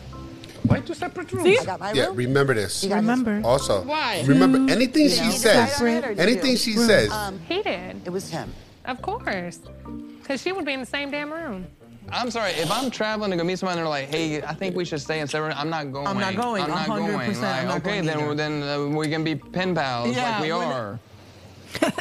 Speaker 10: Why two separate rooms?
Speaker 7: I got my
Speaker 1: Yeah,
Speaker 7: room.
Speaker 1: remember this.
Speaker 7: You got his- Remember. Mm-hmm.
Speaker 1: Also,
Speaker 7: Why?
Speaker 1: remember
Speaker 11: Mm-hmm.
Speaker 7: Two
Speaker 1: anything she
Speaker 7: separate
Speaker 1: says.
Speaker 7: rooms.
Speaker 1: Anything she says.
Speaker 7: Um,
Speaker 14: Um, he did.
Speaker 7: It was him.
Speaker 14: Of course. Because she would be in the same damn room.
Speaker 9: I'm sorry, if I'm traveling to go meet someone and they're like, hey, I think we should stay in seven, I'm not going.
Speaker 16: I'm not going,
Speaker 9: I'm
Speaker 16: 100%
Speaker 9: not going. Like,
Speaker 16: I'm not
Speaker 9: okay,
Speaker 16: going
Speaker 9: then,
Speaker 16: either.
Speaker 9: we're- then uh, we can be pen pals
Speaker 16: Yeah,
Speaker 9: like we
Speaker 16: when-
Speaker 9: are.
Speaker 24: So,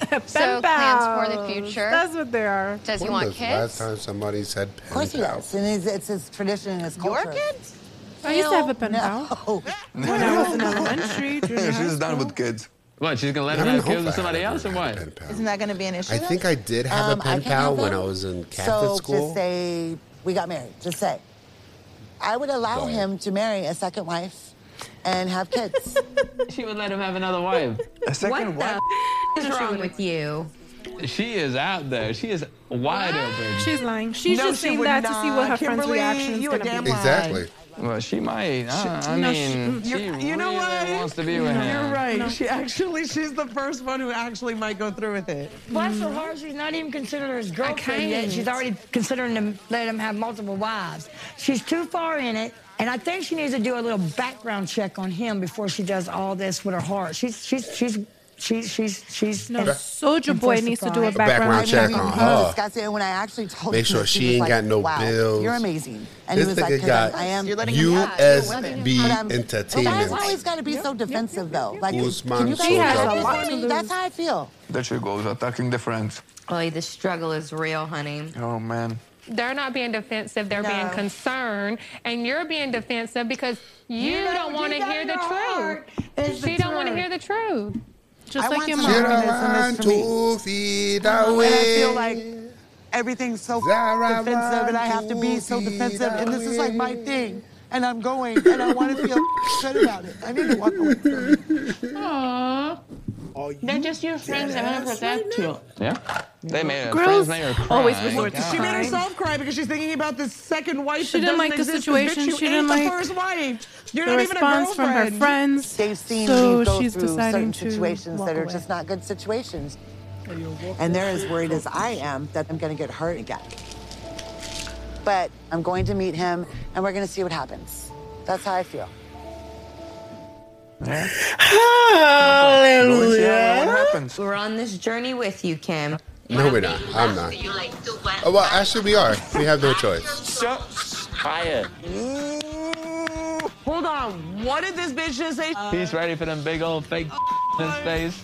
Speaker 24: plans for the
Speaker 2: pals.
Speaker 24: future.
Speaker 2: That's what they are.
Speaker 24: Does he
Speaker 1: When
Speaker 24: want
Speaker 1: was the
Speaker 24: kids?
Speaker 1: last time somebody said
Speaker 7: Of course he does. And it's, it's his tradition and his
Speaker 24: Your
Speaker 7: culture. kids?
Speaker 2: I used to have a pen pal. When I was in elementary, junior high
Speaker 10: She's done with kids.
Speaker 9: What? She's gonna let
Speaker 1: I
Speaker 9: her
Speaker 1: don't
Speaker 9: have
Speaker 1: know
Speaker 9: kids
Speaker 1: if
Speaker 9: with
Speaker 1: I
Speaker 9: somebody else or what?
Speaker 7: Isn't that gonna be an issue?
Speaker 1: I think I did have
Speaker 7: Um,
Speaker 1: a
Speaker 7: I
Speaker 1: pen
Speaker 7: can
Speaker 1: pal
Speaker 7: have
Speaker 1: when
Speaker 7: them.
Speaker 1: I was in Catholic
Speaker 7: so
Speaker 1: school.
Speaker 7: just say we got married. Just say. I would allow
Speaker 9: Right.
Speaker 7: him to marry a second wife and have kids.
Speaker 9: She would let him have another wife.
Speaker 10: A second
Speaker 9: wife?
Speaker 5: What is wrong with you?
Speaker 9: She is out there. She is wide open.
Speaker 2: She's lying. She's
Speaker 16: No,
Speaker 2: just
Speaker 16: she
Speaker 2: saying
Speaker 16: would
Speaker 2: that to see what her
Speaker 16: not.
Speaker 2: friend's
Speaker 16: Kimberly,
Speaker 2: reaction is
Speaker 16: you
Speaker 2: going
Speaker 16: a
Speaker 2: to be.
Speaker 16: damn
Speaker 9: Exactly. Well, she might. I, I
Speaker 16: No, she-
Speaker 9: mean, she, really wants to be with him.
Speaker 16: You're right. She actually, she's the first one who actually might go through with it.
Speaker 11: Bless
Speaker 2: Mm-hmm.
Speaker 11: her heart, she's not even considered his girlfriend yet.
Speaker 14: can't.
Speaker 11: She's already considering to let him have multiple wives. She's too far in it, and I think she needs to do a little background check on him before she does all this with her heart. She's she's she's she's she's she's
Speaker 2: No,
Speaker 11: and-
Speaker 2: Soulja Boy
Speaker 11: and
Speaker 2: needs to
Speaker 11: fortified.
Speaker 2: do a A background
Speaker 1: background check
Speaker 7: I
Speaker 1: on
Speaker 7: mean,
Speaker 1: her.
Speaker 7: We discussed it, and when I actually told
Speaker 1: Make
Speaker 7: him
Speaker 1: sure
Speaker 7: this,
Speaker 1: she
Speaker 7: was
Speaker 1: ain't
Speaker 7: like,
Speaker 1: got no
Speaker 7: wow,
Speaker 1: bills.
Speaker 7: You're amazing. And
Speaker 1: this
Speaker 7: he was
Speaker 1: nigga
Speaker 7: like, 'Cause
Speaker 1: got
Speaker 7: I am. um,
Speaker 1: USB
Speaker 7: That's why
Speaker 1: entertainment.
Speaker 7: he's got to be so defensive, though. Like,
Speaker 1: Usman
Speaker 7: can you guys
Speaker 1: Soldier
Speaker 7: have
Speaker 1: Boy.
Speaker 7: this for me? That's how I feel.
Speaker 10: There she goes, attacking the friends.
Speaker 5: Oh, the struggle is real, honey.
Speaker 10: Oh man.
Speaker 14: They're not being defensive, they're being
Speaker 5: No.
Speaker 14: concerned. And you're being defensive because you,
Speaker 11: You know,
Speaker 14: don't
Speaker 11: you
Speaker 14: want to
Speaker 11: got
Speaker 14: hear
Speaker 11: in
Speaker 14: the
Speaker 11: your heart
Speaker 14: truth.
Speaker 11: is the
Speaker 14: She don't want to
Speaker 11: truth.
Speaker 14: hear the truth.
Speaker 7: Just I like want your to mom. know that it's a
Speaker 1: One,
Speaker 7: mystery.
Speaker 1: two feet
Speaker 7: And I
Speaker 1: away.
Speaker 7: feel like everything's so
Speaker 1: Zara
Speaker 7: defensive, and I have to be so defensive, and this is like my thing. And I'm going, and I want to feel good about it. I need to walk away.
Speaker 8: Aww. They're just your friends that want to protect you.
Speaker 9: Yeah. They made a
Speaker 8: Girls
Speaker 9: friend's name or
Speaker 2: always
Speaker 9: crying.
Speaker 2: resort to
Speaker 9: God.
Speaker 16: She made herself cry because she's thinking about this second wife.
Speaker 2: She
Speaker 16: that
Speaker 2: didn't
Speaker 16: doesn't
Speaker 2: like the
Speaker 16: exist 'cause,
Speaker 2: situation.
Speaker 16: Bitch, you
Speaker 2: She
Speaker 16: ain't
Speaker 2: didn't
Speaker 16: the
Speaker 2: like
Speaker 16: first wife. You're
Speaker 2: the
Speaker 16: not even a
Speaker 2: response from her
Speaker 16: girlfriend.
Speaker 2: friends.
Speaker 7: They've seen
Speaker 2: so
Speaker 7: me go
Speaker 2: she's
Speaker 7: through
Speaker 2: deciding
Speaker 7: certain
Speaker 2: to
Speaker 7: situations
Speaker 2: walk
Speaker 7: that are
Speaker 2: away.
Speaker 7: just not good situations. And they're as worried as I am that I'm going to get hurt again. But I'm going to meet him, and we're going to see what happens. That's how I feel.
Speaker 21: Hallelujah.
Speaker 5: We're on this journey with you, Kim.
Speaker 1: No, we're not. I'm not. Oh, well, actually, we are. We have no choice.
Speaker 15: Quiet.
Speaker 16: Hold on. What did this bitch just say?
Speaker 4: He's ready for them big old fake in his face.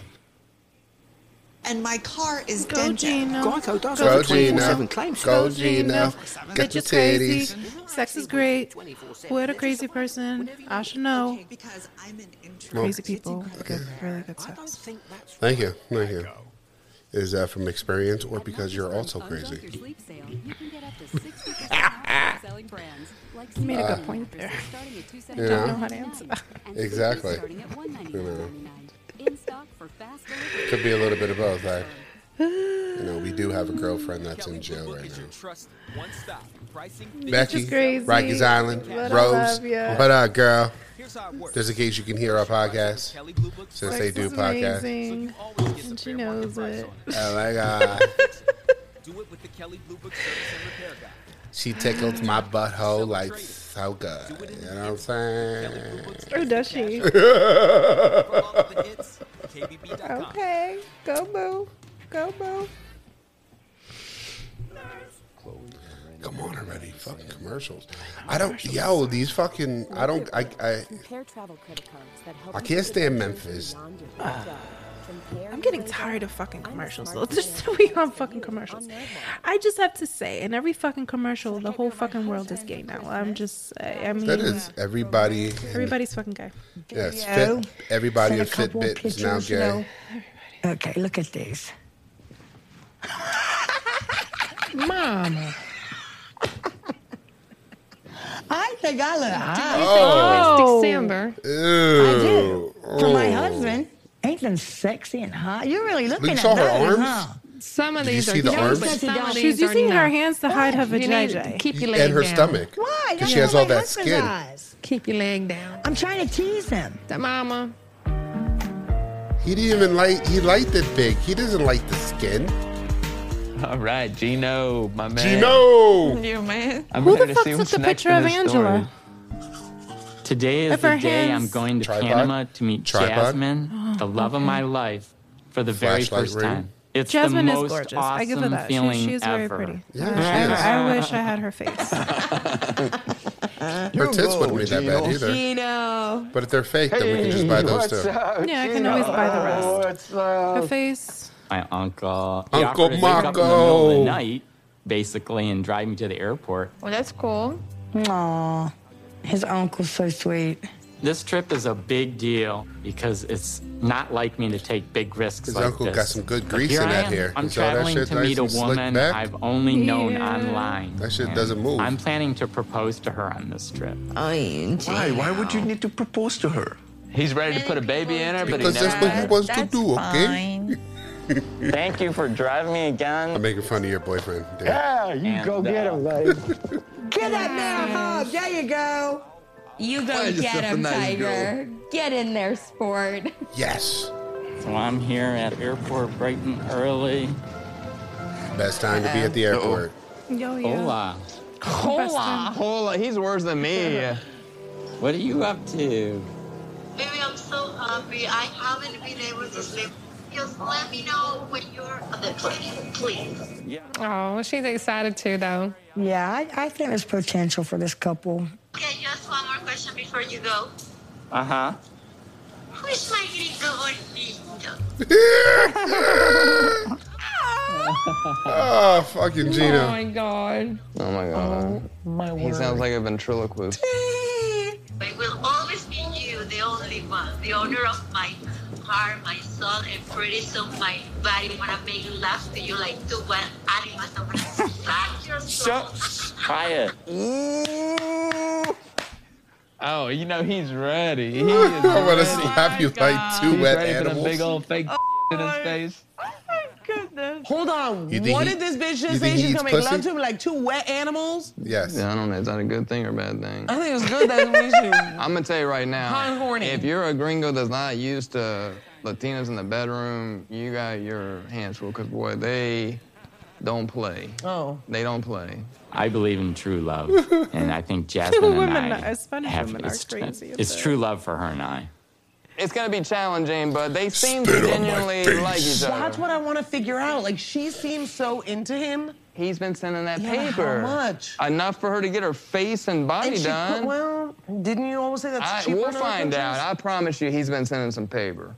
Speaker 8: and my car is dented. Geico does
Speaker 1: Go,
Speaker 8: over 24/7
Speaker 1: Gina.
Speaker 8: claims.
Speaker 1: Go, Gina. Get
Speaker 2: Bitch
Speaker 1: your
Speaker 2: is crazy.
Speaker 1: titties.
Speaker 2: Sex is great. What a crazy person. I should know. Crazy people. Good, really good sex.
Speaker 1: Thank you. Thank you. Is that from experience or because you're also crazy?
Speaker 3: Sleep sale. You can get up to 60% off on selling brands like
Speaker 2: You made a
Speaker 1: Uh,
Speaker 2: good point there.
Speaker 1: I
Speaker 2: I
Speaker 1: don't Yeah.
Speaker 2: don't
Speaker 1: know
Speaker 2: know
Speaker 1: how
Speaker 2: how
Speaker 1: to
Speaker 2: to answer that.
Speaker 1: Exactly. You know. Could be a little bit of both. I, you know, we do have a girlfriend that's in jail right now. Becky,
Speaker 2: crazy.
Speaker 1: Rikers Island,
Speaker 2: What I
Speaker 1: Rose.
Speaker 2: love ya.
Speaker 1: What up, girl? Just in case you can hear our podcast, since they
Speaker 2: Sex
Speaker 1: do
Speaker 2: is
Speaker 1: podcasts.
Speaker 2: amazing. And she knows it.
Speaker 1: Oh my god,
Speaker 13: Do it with the Kelly Blue Book Service and Repair Guy.
Speaker 1: she tickles my butthole like so good. You know what I'm saying?
Speaker 2: Or Oh, does she? okay. Go, boo. Go, boo.
Speaker 1: Come on already, fucking commercials. I don't, yo, these fucking, I don't, I, I,
Speaker 18: Compare travel credit cards that help
Speaker 1: I
Speaker 18: you
Speaker 1: can't
Speaker 18: save
Speaker 1: stand
Speaker 18: money
Speaker 1: Memphis.
Speaker 18: beyond your
Speaker 1: Ah.
Speaker 18: first dollar.
Speaker 2: I'm getting tired of fucking commercials. though. Just so we on fucking commercials. I just have to say, in every fucking commercial, the whole fucking world is gay now. I'm just, I, I mean,
Speaker 1: That is everybody.
Speaker 2: everybody's fucking gay.
Speaker 1: Yes, fit, everybody in Fitbit is now gay.
Speaker 11: Okay, look at these. Mama. I think I look hot.
Speaker 1: Oh.
Speaker 11: December.
Speaker 1: Ew.
Speaker 11: For my
Speaker 1: Oh.
Speaker 11: husband, ain't them sexy and hot? You're really looking
Speaker 1: You
Speaker 11: at
Speaker 1: saw her
Speaker 11: those,
Speaker 1: arms?
Speaker 11: huh?
Speaker 8: Some
Speaker 1: of Did you these are see the cute, arms? but some
Speaker 11: of
Speaker 2: She's
Speaker 11: these are
Speaker 2: using her
Speaker 11: not.
Speaker 2: hands to hide her
Speaker 11: You need to
Speaker 2: vajayjay.
Speaker 11: keep your
Speaker 1: And her stomach.
Speaker 11: Why?
Speaker 1: Because
Speaker 11: That's
Speaker 1: she has
Speaker 11: how
Speaker 1: all
Speaker 11: Oh, my
Speaker 1: that
Speaker 11: husband's
Speaker 1: skin.
Speaker 11: Eyes. Keep your leg down. I'm trying to tease him.
Speaker 8: The mama.
Speaker 1: He didn't even like, he liked it big. He doesn't like the skin.
Speaker 4: All right,
Speaker 1: Oh,
Speaker 4: Gino, my man.
Speaker 1: Gino!
Speaker 14: You man.
Speaker 4: I'm
Speaker 15: Who the
Speaker 4: ready to
Speaker 15: fuck
Speaker 4: see
Speaker 15: took
Speaker 4: what's
Speaker 15: the
Speaker 4: next
Speaker 15: picture
Speaker 4: in
Speaker 15: of
Speaker 4: this
Speaker 15: Angela?
Speaker 4: story.
Speaker 15: Today is
Speaker 4: If our
Speaker 15: the day I'm
Speaker 4: hands-
Speaker 15: going to
Speaker 4: Tripod?
Speaker 15: Panama to meet
Speaker 4: Tripod?
Speaker 15: Jasmine,
Speaker 2: Oh,
Speaker 15: the love of my life, for the very
Speaker 1: Flashlight
Speaker 15: first
Speaker 1: ring?
Speaker 15: time. It's
Speaker 2: Jasmine
Speaker 15: the
Speaker 2: is
Speaker 15: most
Speaker 2: gorgeous.
Speaker 15: awesome
Speaker 2: I give her that. She,
Speaker 15: feeling
Speaker 2: she is very
Speaker 15: ever.
Speaker 2: pretty.
Speaker 15: Yeah, she is.
Speaker 2: I, I wish I had her face.
Speaker 1: Her tits wouldn't be that bad either.
Speaker 2: Gino.
Speaker 1: But if they're fake, then we can just buy those too.
Speaker 2: Yeah, I can always buy the rest. Her face.
Speaker 15: My uncle.
Speaker 1: Uncle
Speaker 15: he offered to wake up in the middle of
Speaker 1: Marco.
Speaker 15: the night, basically, and drive me to the airport.
Speaker 14: Well, that's cool.
Speaker 11: Aw, his uncle's so sweet.
Speaker 15: This trip is a big deal because it's not like me to take big risks
Speaker 1: His
Speaker 15: like
Speaker 1: uncle
Speaker 15: this.
Speaker 1: got some good
Speaker 15: But
Speaker 1: grease
Speaker 15: here
Speaker 1: in
Speaker 15: I
Speaker 1: that
Speaker 15: am.
Speaker 1: hair.
Speaker 15: I'm
Speaker 1: You saw that
Speaker 15: traveling
Speaker 1: shit
Speaker 15: to
Speaker 1: nice
Speaker 15: meet a
Speaker 1: and slicked
Speaker 15: woman
Speaker 1: back?
Speaker 15: I've only known
Speaker 1: Yeah.
Speaker 15: online.
Speaker 1: That shit
Speaker 15: and
Speaker 1: doesn't move.
Speaker 15: I'm planning to propose to her on this trip.
Speaker 22: Why? Why would you need to propose to her?
Speaker 4: He's ready to put a baby in her, but he
Speaker 1: Because
Speaker 4: never.
Speaker 1: that's what he wants to do, okay?
Speaker 20: Thank you for driving me again.
Speaker 1: I'm making fun of your boyfriend. Dan.
Speaker 20: Yeah, you
Speaker 1: And,
Speaker 20: go get
Speaker 1: uh,
Speaker 20: him, buddy.
Speaker 11: Get up now, Hobbs. There you go.
Speaker 5: You go
Speaker 15: Find
Speaker 5: get
Speaker 15: yourself a
Speaker 5: him,
Speaker 15: nice
Speaker 5: Tiger. Get in there, sport.
Speaker 1: Yes.
Speaker 15: So I'm here at airport bright and early.
Speaker 1: Best time to be at the airport.
Speaker 5: Oh,
Speaker 2: Yo,
Speaker 15: Hola.
Speaker 4: Hola, hola. He's worse than me.
Speaker 15: What are you up to?
Speaker 6: Baby, I'm so hungry. I haven't been able to sleep. Just let me know when you're on the plane, please.
Speaker 25: Oh, she's excited too, though.
Speaker 11: Yeah, I, I think there's potential for this couple.
Speaker 6: Okay, just one more question before you go.
Speaker 15: Uh huh.
Speaker 6: Who is my gringo bonito?
Speaker 1: Oh, fucking
Speaker 14: Oh
Speaker 1: Gino.
Speaker 14: my god.
Speaker 9: Oh my god.
Speaker 14: My
Speaker 9: he sounds like a ventriloquist.
Speaker 6: I will always be you, the only one, the owner of my heart, my soul, and pretty soon my body. When I make love to you like two wild animals, I'm gonna suck your soul.
Speaker 15: Quiet.
Speaker 4: Oh, you know he's ready. He is
Speaker 1: I want to
Speaker 4: ready.
Speaker 1: slap you
Speaker 16: Oh
Speaker 1: like two
Speaker 4: He's
Speaker 1: wet
Speaker 4: ready for
Speaker 1: animals.
Speaker 4: the big old fake in his face.
Speaker 16: Hold on.
Speaker 4: You think
Speaker 16: What
Speaker 4: he-
Speaker 16: did this bitch
Speaker 4: you
Speaker 16: just
Speaker 4: think
Speaker 16: say?
Speaker 4: he
Speaker 16: She's
Speaker 4: eats
Speaker 16: gonna make
Speaker 4: pussy?
Speaker 16: love to him like two wet animals?
Speaker 1: Yes.
Speaker 9: Yeah, I don't know. Is that a good thing or a bad thing?
Speaker 16: I think it was good that we should.
Speaker 9: I'm gonna tell you right now.
Speaker 16: Hot and horny.
Speaker 9: If you're a gringo that's not used to Latinas in the bedroom, you got your hands full. Cause boy, they don't play.
Speaker 16: Oh.
Speaker 9: They don't play.
Speaker 15: I believe in true love, and I think Jasmine and
Speaker 2: Women,
Speaker 15: I
Speaker 2: uh, Spanish
Speaker 15: have
Speaker 2: women are
Speaker 15: it's,
Speaker 2: crazy.
Speaker 15: it's true love for her and I.
Speaker 9: it's gonna be challenging, but they seem to genuinely like each
Speaker 16: Well,
Speaker 9: other.
Speaker 16: that's what I want to figure out. Like, she seems so into him.
Speaker 9: He's been sending that
Speaker 16: How
Speaker 9: Paper.
Speaker 16: much?
Speaker 9: Enough for her to get her face and body
Speaker 16: And she put-
Speaker 9: done.
Speaker 16: well, didn't you always say that's
Speaker 9: I,
Speaker 16: cheaper
Speaker 9: we'll
Speaker 16: than other
Speaker 9: find
Speaker 16: countries?
Speaker 9: out. I promise you, he's been sending some paper.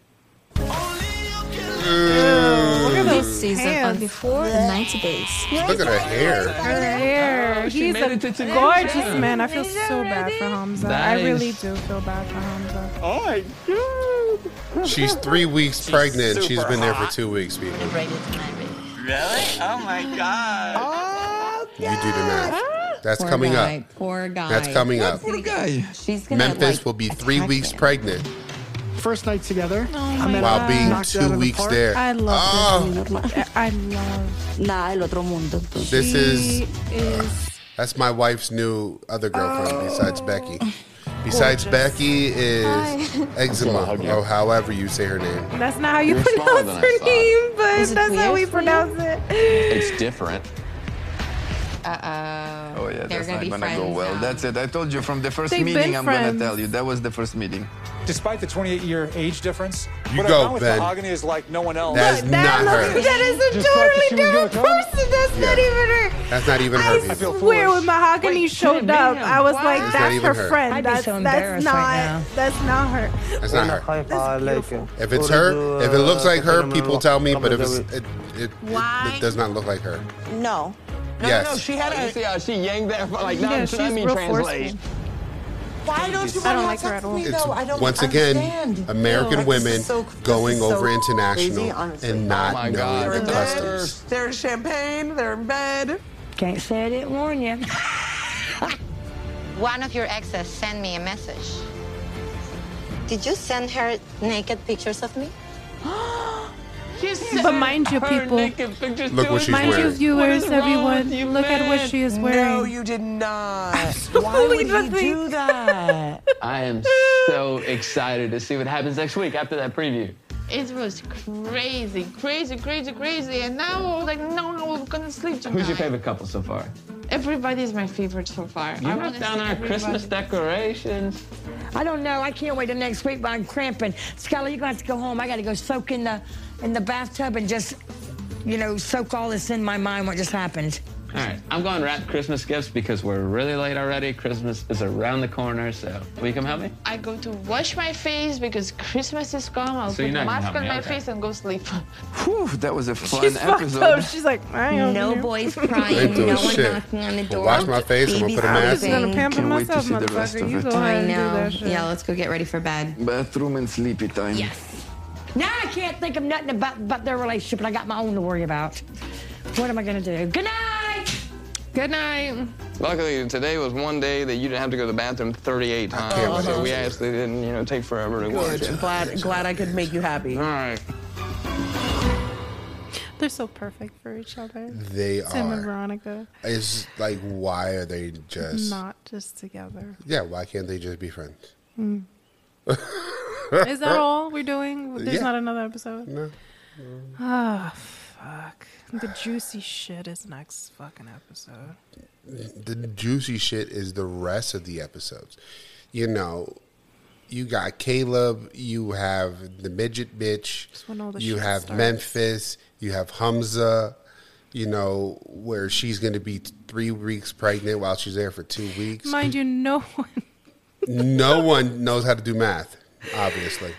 Speaker 1: Look
Speaker 10: at those season
Speaker 2: pants.
Speaker 10: of before and 90 days.
Speaker 1: Look at her hair.
Speaker 2: Her hair.
Speaker 10: Oh, she
Speaker 2: He's
Speaker 10: made
Speaker 2: a
Speaker 10: it to Tunisia.
Speaker 2: gorgeous man. I feel so bad for Hamza. I
Speaker 1: Nice.
Speaker 2: really do feel bad for Hamza.
Speaker 1: Oh my god. She's three weeks pregnant.
Speaker 10: super
Speaker 1: She's been there
Speaker 10: hot.
Speaker 1: for two weeks, people. You
Speaker 10: Really? Oh my god.
Speaker 1: do the math. That's
Speaker 5: Poor
Speaker 1: coming
Speaker 5: guy,
Speaker 1: up.
Speaker 5: Poor guy.
Speaker 1: That's coming up.
Speaker 5: She's gonna
Speaker 1: Memphis
Speaker 5: like,
Speaker 1: will be three weeks pregnant.
Speaker 19: First night together.
Speaker 2: Oh
Speaker 19: I'm
Speaker 1: While being
Speaker 19: Knocked it out
Speaker 1: two
Speaker 19: of the
Speaker 1: weeks
Speaker 19: park.
Speaker 1: there. Oh. I love
Speaker 2: I love.
Speaker 10: Nada del otro mundo.
Speaker 1: This is,
Speaker 2: She is
Speaker 1: That's my wife's new other girlfriend besides Becky. Besides Becky is
Speaker 2: Hi.
Speaker 1: eczema, or however you say her name.
Speaker 2: That's not how you
Speaker 1: You're smaller
Speaker 2: pronounce
Speaker 1: than I
Speaker 2: her
Speaker 1: thought.
Speaker 2: name, but
Speaker 1: Is it
Speaker 2: that's how
Speaker 1: weird
Speaker 2: we
Speaker 1: for
Speaker 2: pronounce it.
Speaker 22: It's different.
Speaker 10: Uh
Speaker 22: Oh yeah,
Speaker 10: They're
Speaker 22: that's
Speaker 10: gonna
Speaker 22: not
Speaker 10: be
Speaker 22: gonna go
Speaker 10: friends
Speaker 22: well. That's it. I told you from the 1st
Speaker 10: They've
Speaker 22: meeting.
Speaker 10: been
Speaker 22: I'm gonna
Speaker 10: friends.
Speaker 22: tell you that was the first meeting.
Speaker 17: Despite the 28 year age difference,
Speaker 22: You
Speaker 17: what
Speaker 22: go,
Speaker 17: I found with
Speaker 22: Ben.
Speaker 17: mahogany is like no one else.
Speaker 22: That is
Speaker 17: not
Speaker 2: Look, that is a totally different person. That's not
Speaker 1: Yeah.
Speaker 2: even her.
Speaker 1: That's not even her.
Speaker 2: I
Speaker 1: people.
Speaker 2: swear when Mahogany showed up, I was like,
Speaker 1: It's not
Speaker 2: that's
Speaker 1: even
Speaker 2: her
Speaker 1: her.
Speaker 2: friend.
Speaker 1: I'd be
Speaker 2: that's
Speaker 1: so
Speaker 2: that's
Speaker 1: embarrassed
Speaker 2: not
Speaker 1: right now.
Speaker 2: that's not her.
Speaker 1: That's not her. If it's her, if it
Speaker 22: uh,
Speaker 1: looks like her, people tell me. But if it's, it, it, it, it does not look like her.
Speaker 16: No. No,
Speaker 1: Yes.
Speaker 16: no, no. She had
Speaker 9: You
Speaker 16: a.
Speaker 9: see how she yanked that? Like, now
Speaker 16: Yeah,
Speaker 9: let
Speaker 16: she's
Speaker 9: me
Speaker 16: real
Speaker 9: translate.
Speaker 16: Why don't you
Speaker 2: I don't
Speaker 16: want
Speaker 2: like
Speaker 16: to
Speaker 2: her
Speaker 16: text
Speaker 2: at all.
Speaker 16: me,
Speaker 2: It's
Speaker 16: though? I don't
Speaker 1: Once again,
Speaker 16: understand.
Speaker 1: American
Speaker 16: Ew, this
Speaker 1: women
Speaker 16: is so-
Speaker 1: going
Speaker 16: this is so
Speaker 1: over international
Speaker 16: crazy, honestly.
Speaker 1: and
Speaker 22: Oh
Speaker 1: not
Speaker 22: my
Speaker 1: knowing
Speaker 16: They're in
Speaker 1: the
Speaker 16: bed.
Speaker 1: customs.
Speaker 16: They're in champagne. They're in bed.
Speaker 11: Can't say I didn't warn you.
Speaker 26: One of your exes sent me a message. Did you send her naked pictures of me?
Speaker 2: But mind you, people,
Speaker 1: Look what she's
Speaker 2: mind you,
Speaker 1: wearing.
Speaker 2: viewers,
Speaker 16: What is wrong
Speaker 2: everyone,
Speaker 16: with you,
Speaker 2: look at what
Speaker 16: man?
Speaker 2: she is wearing.
Speaker 16: No, you did not. Why would he do that?
Speaker 4: I am so excited to see what happens next week after that preview.
Speaker 14: It was crazy, crazy, crazy, crazy. And now I was like, no, no, we're gonna sleep tonight.
Speaker 4: Who's your favorite couple so far?
Speaker 14: Everybody's my favorite so far.
Speaker 4: You
Speaker 14: I
Speaker 4: knocked
Speaker 14: wanna
Speaker 4: down
Speaker 14: see
Speaker 4: our Christmas decorations.
Speaker 11: I don't know. I can't wait to next week, but I'm cramping. Skylar, you're gonna have to go home. I gotta go soak in the in the bathtub and just, you know, soak all this in my mind what just happened.
Speaker 4: All right, I'm going to wrap Christmas gifts because we're really late already. Christmas is around the corner, so will you come help me?
Speaker 14: I go to wash my face because Christmas is gone. I'll
Speaker 4: So
Speaker 14: put
Speaker 4: you're not
Speaker 14: a
Speaker 4: gonna
Speaker 14: mask
Speaker 4: help
Speaker 14: on
Speaker 4: me,
Speaker 14: my
Speaker 4: okay.
Speaker 14: face and go sleep.
Speaker 22: Whew, that was a fun
Speaker 14: She's fucked
Speaker 22: episode.
Speaker 14: up. She's
Speaker 2: like, I
Speaker 14: don't
Speaker 5: No
Speaker 14: know.
Speaker 5: boys
Speaker 1: I ain't
Speaker 5: crying,
Speaker 1: doing
Speaker 5: no one
Speaker 1: shit.
Speaker 5: knocking on the
Speaker 1: Well,
Speaker 5: door.
Speaker 1: wash my face. I'm gonna
Speaker 5: Babies
Speaker 1: put a mask.
Speaker 5: sleeping.
Speaker 2: pamper
Speaker 22: Can't wait to
Speaker 2: myself,
Speaker 22: see the rest
Speaker 2: motherfucker.
Speaker 22: of
Speaker 2: You
Speaker 22: it.
Speaker 2: go
Speaker 5: I
Speaker 2: ahead and do
Speaker 5: know.
Speaker 2: that shit.
Speaker 5: Yeah, let's go get ready for bed.
Speaker 22: Bathroom and sleepy time.
Speaker 5: Yes.
Speaker 11: Now I can't think of nothing about, about their relationship, and I got my own to worry about. What am I gonna do? Good night. Good night.
Speaker 9: Luckily, today was one day that you didn't have to go to the bathroom 38
Speaker 16: can't
Speaker 9: times,
Speaker 16: wait
Speaker 9: so
Speaker 16: to
Speaker 9: we
Speaker 16: see
Speaker 9: actually didn't, you know, take forever to watch it.
Speaker 16: Glad, glad I could make you happy. All
Speaker 9: right.
Speaker 2: They're so perfect for each other.
Speaker 1: They
Speaker 2: Tim and
Speaker 1: are.
Speaker 2: Veronica,
Speaker 1: It's like, why are they just?
Speaker 2: not just together.
Speaker 1: Yeah, why can't they just be friends?
Speaker 2: Mm. Is that all we're doing? There's
Speaker 1: Yeah.
Speaker 2: not another episode.
Speaker 1: No.
Speaker 2: Ah, fuck. The juicy shit is next fucking episode.
Speaker 1: the juicy shit is the rest of the episodes. You know, you got Caleb, you have the midget bitch,
Speaker 2: when all the
Speaker 1: you
Speaker 2: shit
Speaker 1: have
Speaker 2: starts.
Speaker 1: Memphis, you have Hamza. You know where she's going to be three weeks pregnant while she's there for two weeks.
Speaker 2: Mind you, no one.
Speaker 1: no one knows how to do math, obviously.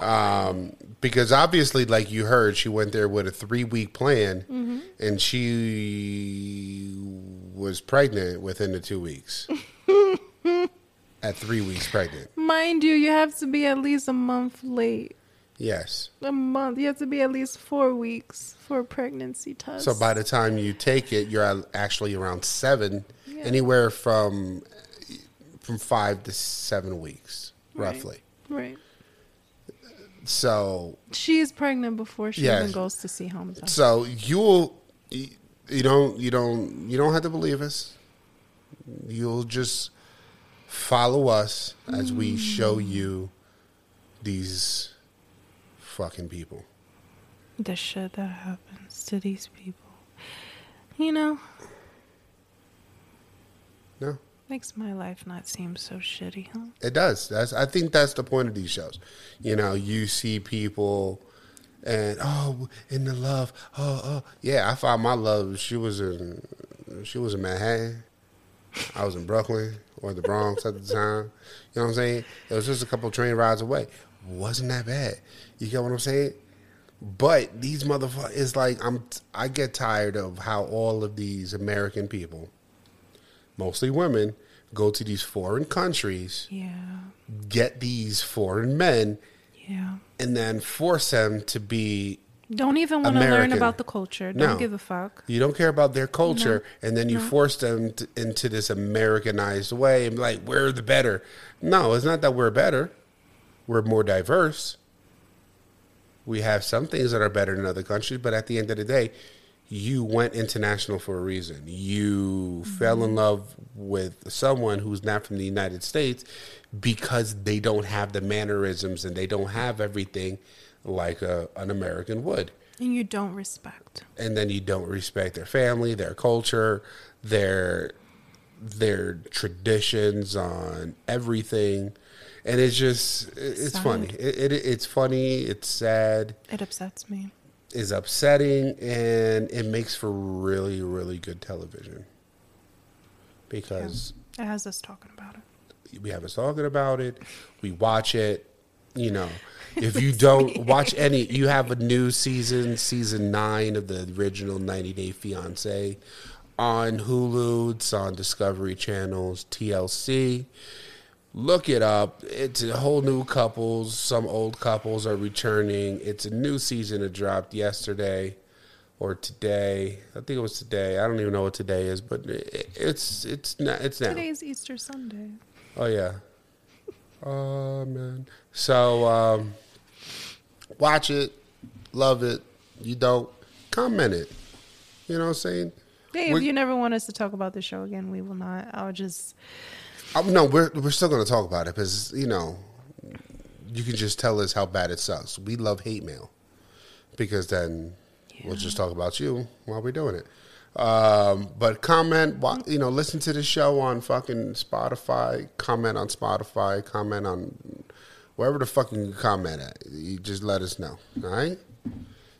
Speaker 1: Um, because obviously, like you heard, she went there with a three week plan
Speaker 2: Mhm.
Speaker 1: and she was pregnant within the two weeks. At three weeks pregnant.
Speaker 2: Mind you, you have to be at least a month late.
Speaker 1: Yes.
Speaker 2: A month. You have to be at least four weeks for a pregnancy test.
Speaker 1: So by the time you take it, you're al- actually around seven, anywhere from from five to seven weeks,
Speaker 2: Right.
Speaker 1: roughly.
Speaker 2: right.
Speaker 1: So
Speaker 2: She is pregnant before she
Speaker 1: Yeah.
Speaker 2: even goes to see Hamza.
Speaker 1: So you'll you you don't you don't you don't have to believe us. You'll just follow us as
Speaker 2: Mm.
Speaker 1: we show you these fucking people.
Speaker 2: the shit that happens to these people. You know,
Speaker 1: No.
Speaker 2: Makes my life not seem so shitty, huh?
Speaker 1: It does. That's I think that's the point of these shows. You know, you see people and oh in the love. Oh, oh yeah, I found my love. She was in she was in Manhattan. I was in Brooklyn or the Bronx at the time. You know what I'm saying? It was just a couple train rides away. Wasn't that bad. You get what I'm saying? But these motherfuckers it's like I'm I get tired of how all of these American people, mostly women, go to these foreign countries,
Speaker 2: Yeah.
Speaker 1: get these foreign men
Speaker 2: Yeah.
Speaker 1: and then force them to be
Speaker 2: Don't even want to learn
Speaker 1: American.
Speaker 2: about the culture. Don't
Speaker 1: No.
Speaker 2: give a fuck.
Speaker 1: You don't care about their culture,
Speaker 2: No.
Speaker 1: and then you
Speaker 2: No.
Speaker 1: force them to, into this Americanized way and be like, we're the better. No, it's not that we're better. We're more diverse. We have some things that are better than other countries, but at the end of the day, you went international for a reason. You
Speaker 2: Mm-hmm.
Speaker 1: fell in love with someone who's not from the United States because they don't have the mannerisms and they don't have everything like a, an American would
Speaker 2: And you don't respect.
Speaker 1: and then you don't respect their family, their culture, their their traditions on everything, and it's just it- it's
Speaker 2: Sad.
Speaker 1: funny. It, it it's funny. It's sad.
Speaker 2: It upsets me.
Speaker 1: It's upsetting, and it makes for really really good television because
Speaker 2: It has us talking about it.
Speaker 1: we have us talking about it. We watch it. You know, if you don't watch any, you have a new season, season nine of the original 90 Day Fiance on Hulu. It's on Discovery Channels, TLC. Look it up. It's a whole new couples. Some old couples are returning. It's a new season that dropped yesterday or today. I think it was today. I don't even know what today is, but it, it's it's not it's now.
Speaker 2: Today's Easter Sunday.
Speaker 1: Oh yeah. Oh man. So um, watch it, love it. You don't comment it. You know what I'm saying?
Speaker 2: Hey, if
Speaker 1: We're-
Speaker 2: you never want us to talk about the show again, we will not. I'll just.
Speaker 1: Um, no, we're we're still gonna talk about it because you know you can just tell us how bad it sucks. We love hate mail because then we'll just talk about you while we're doing it. Um, but comment, wa- you know, listen to the show on fucking Spotify. Comment on Spotify. Comment on wherever the fuck you can comment at. You just let us know. All right.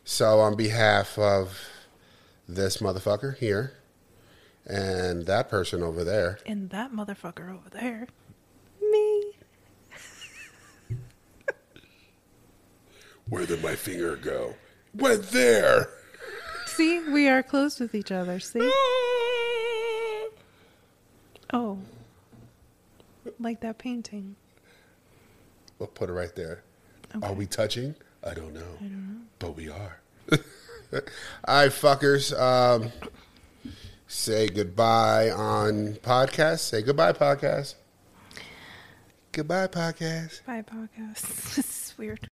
Speaker 1: So on behalf of this motherfucker here and that person over there.
Speaker 2: And that motherfucker over there.
Speaker 1: Where did my finger go? Went there.
Speaker 2: See, we are close with each other. See? oh. Like that painting.
Speaker 1: We'll put it right there. Are we touching? I don't know. I don't know. But we are. All right, fuckers. Um, say goodbye on podcast. Say goodbye, podcast. Goodbye, podcast.
Speaker 2: Bye, podcast. this is weird.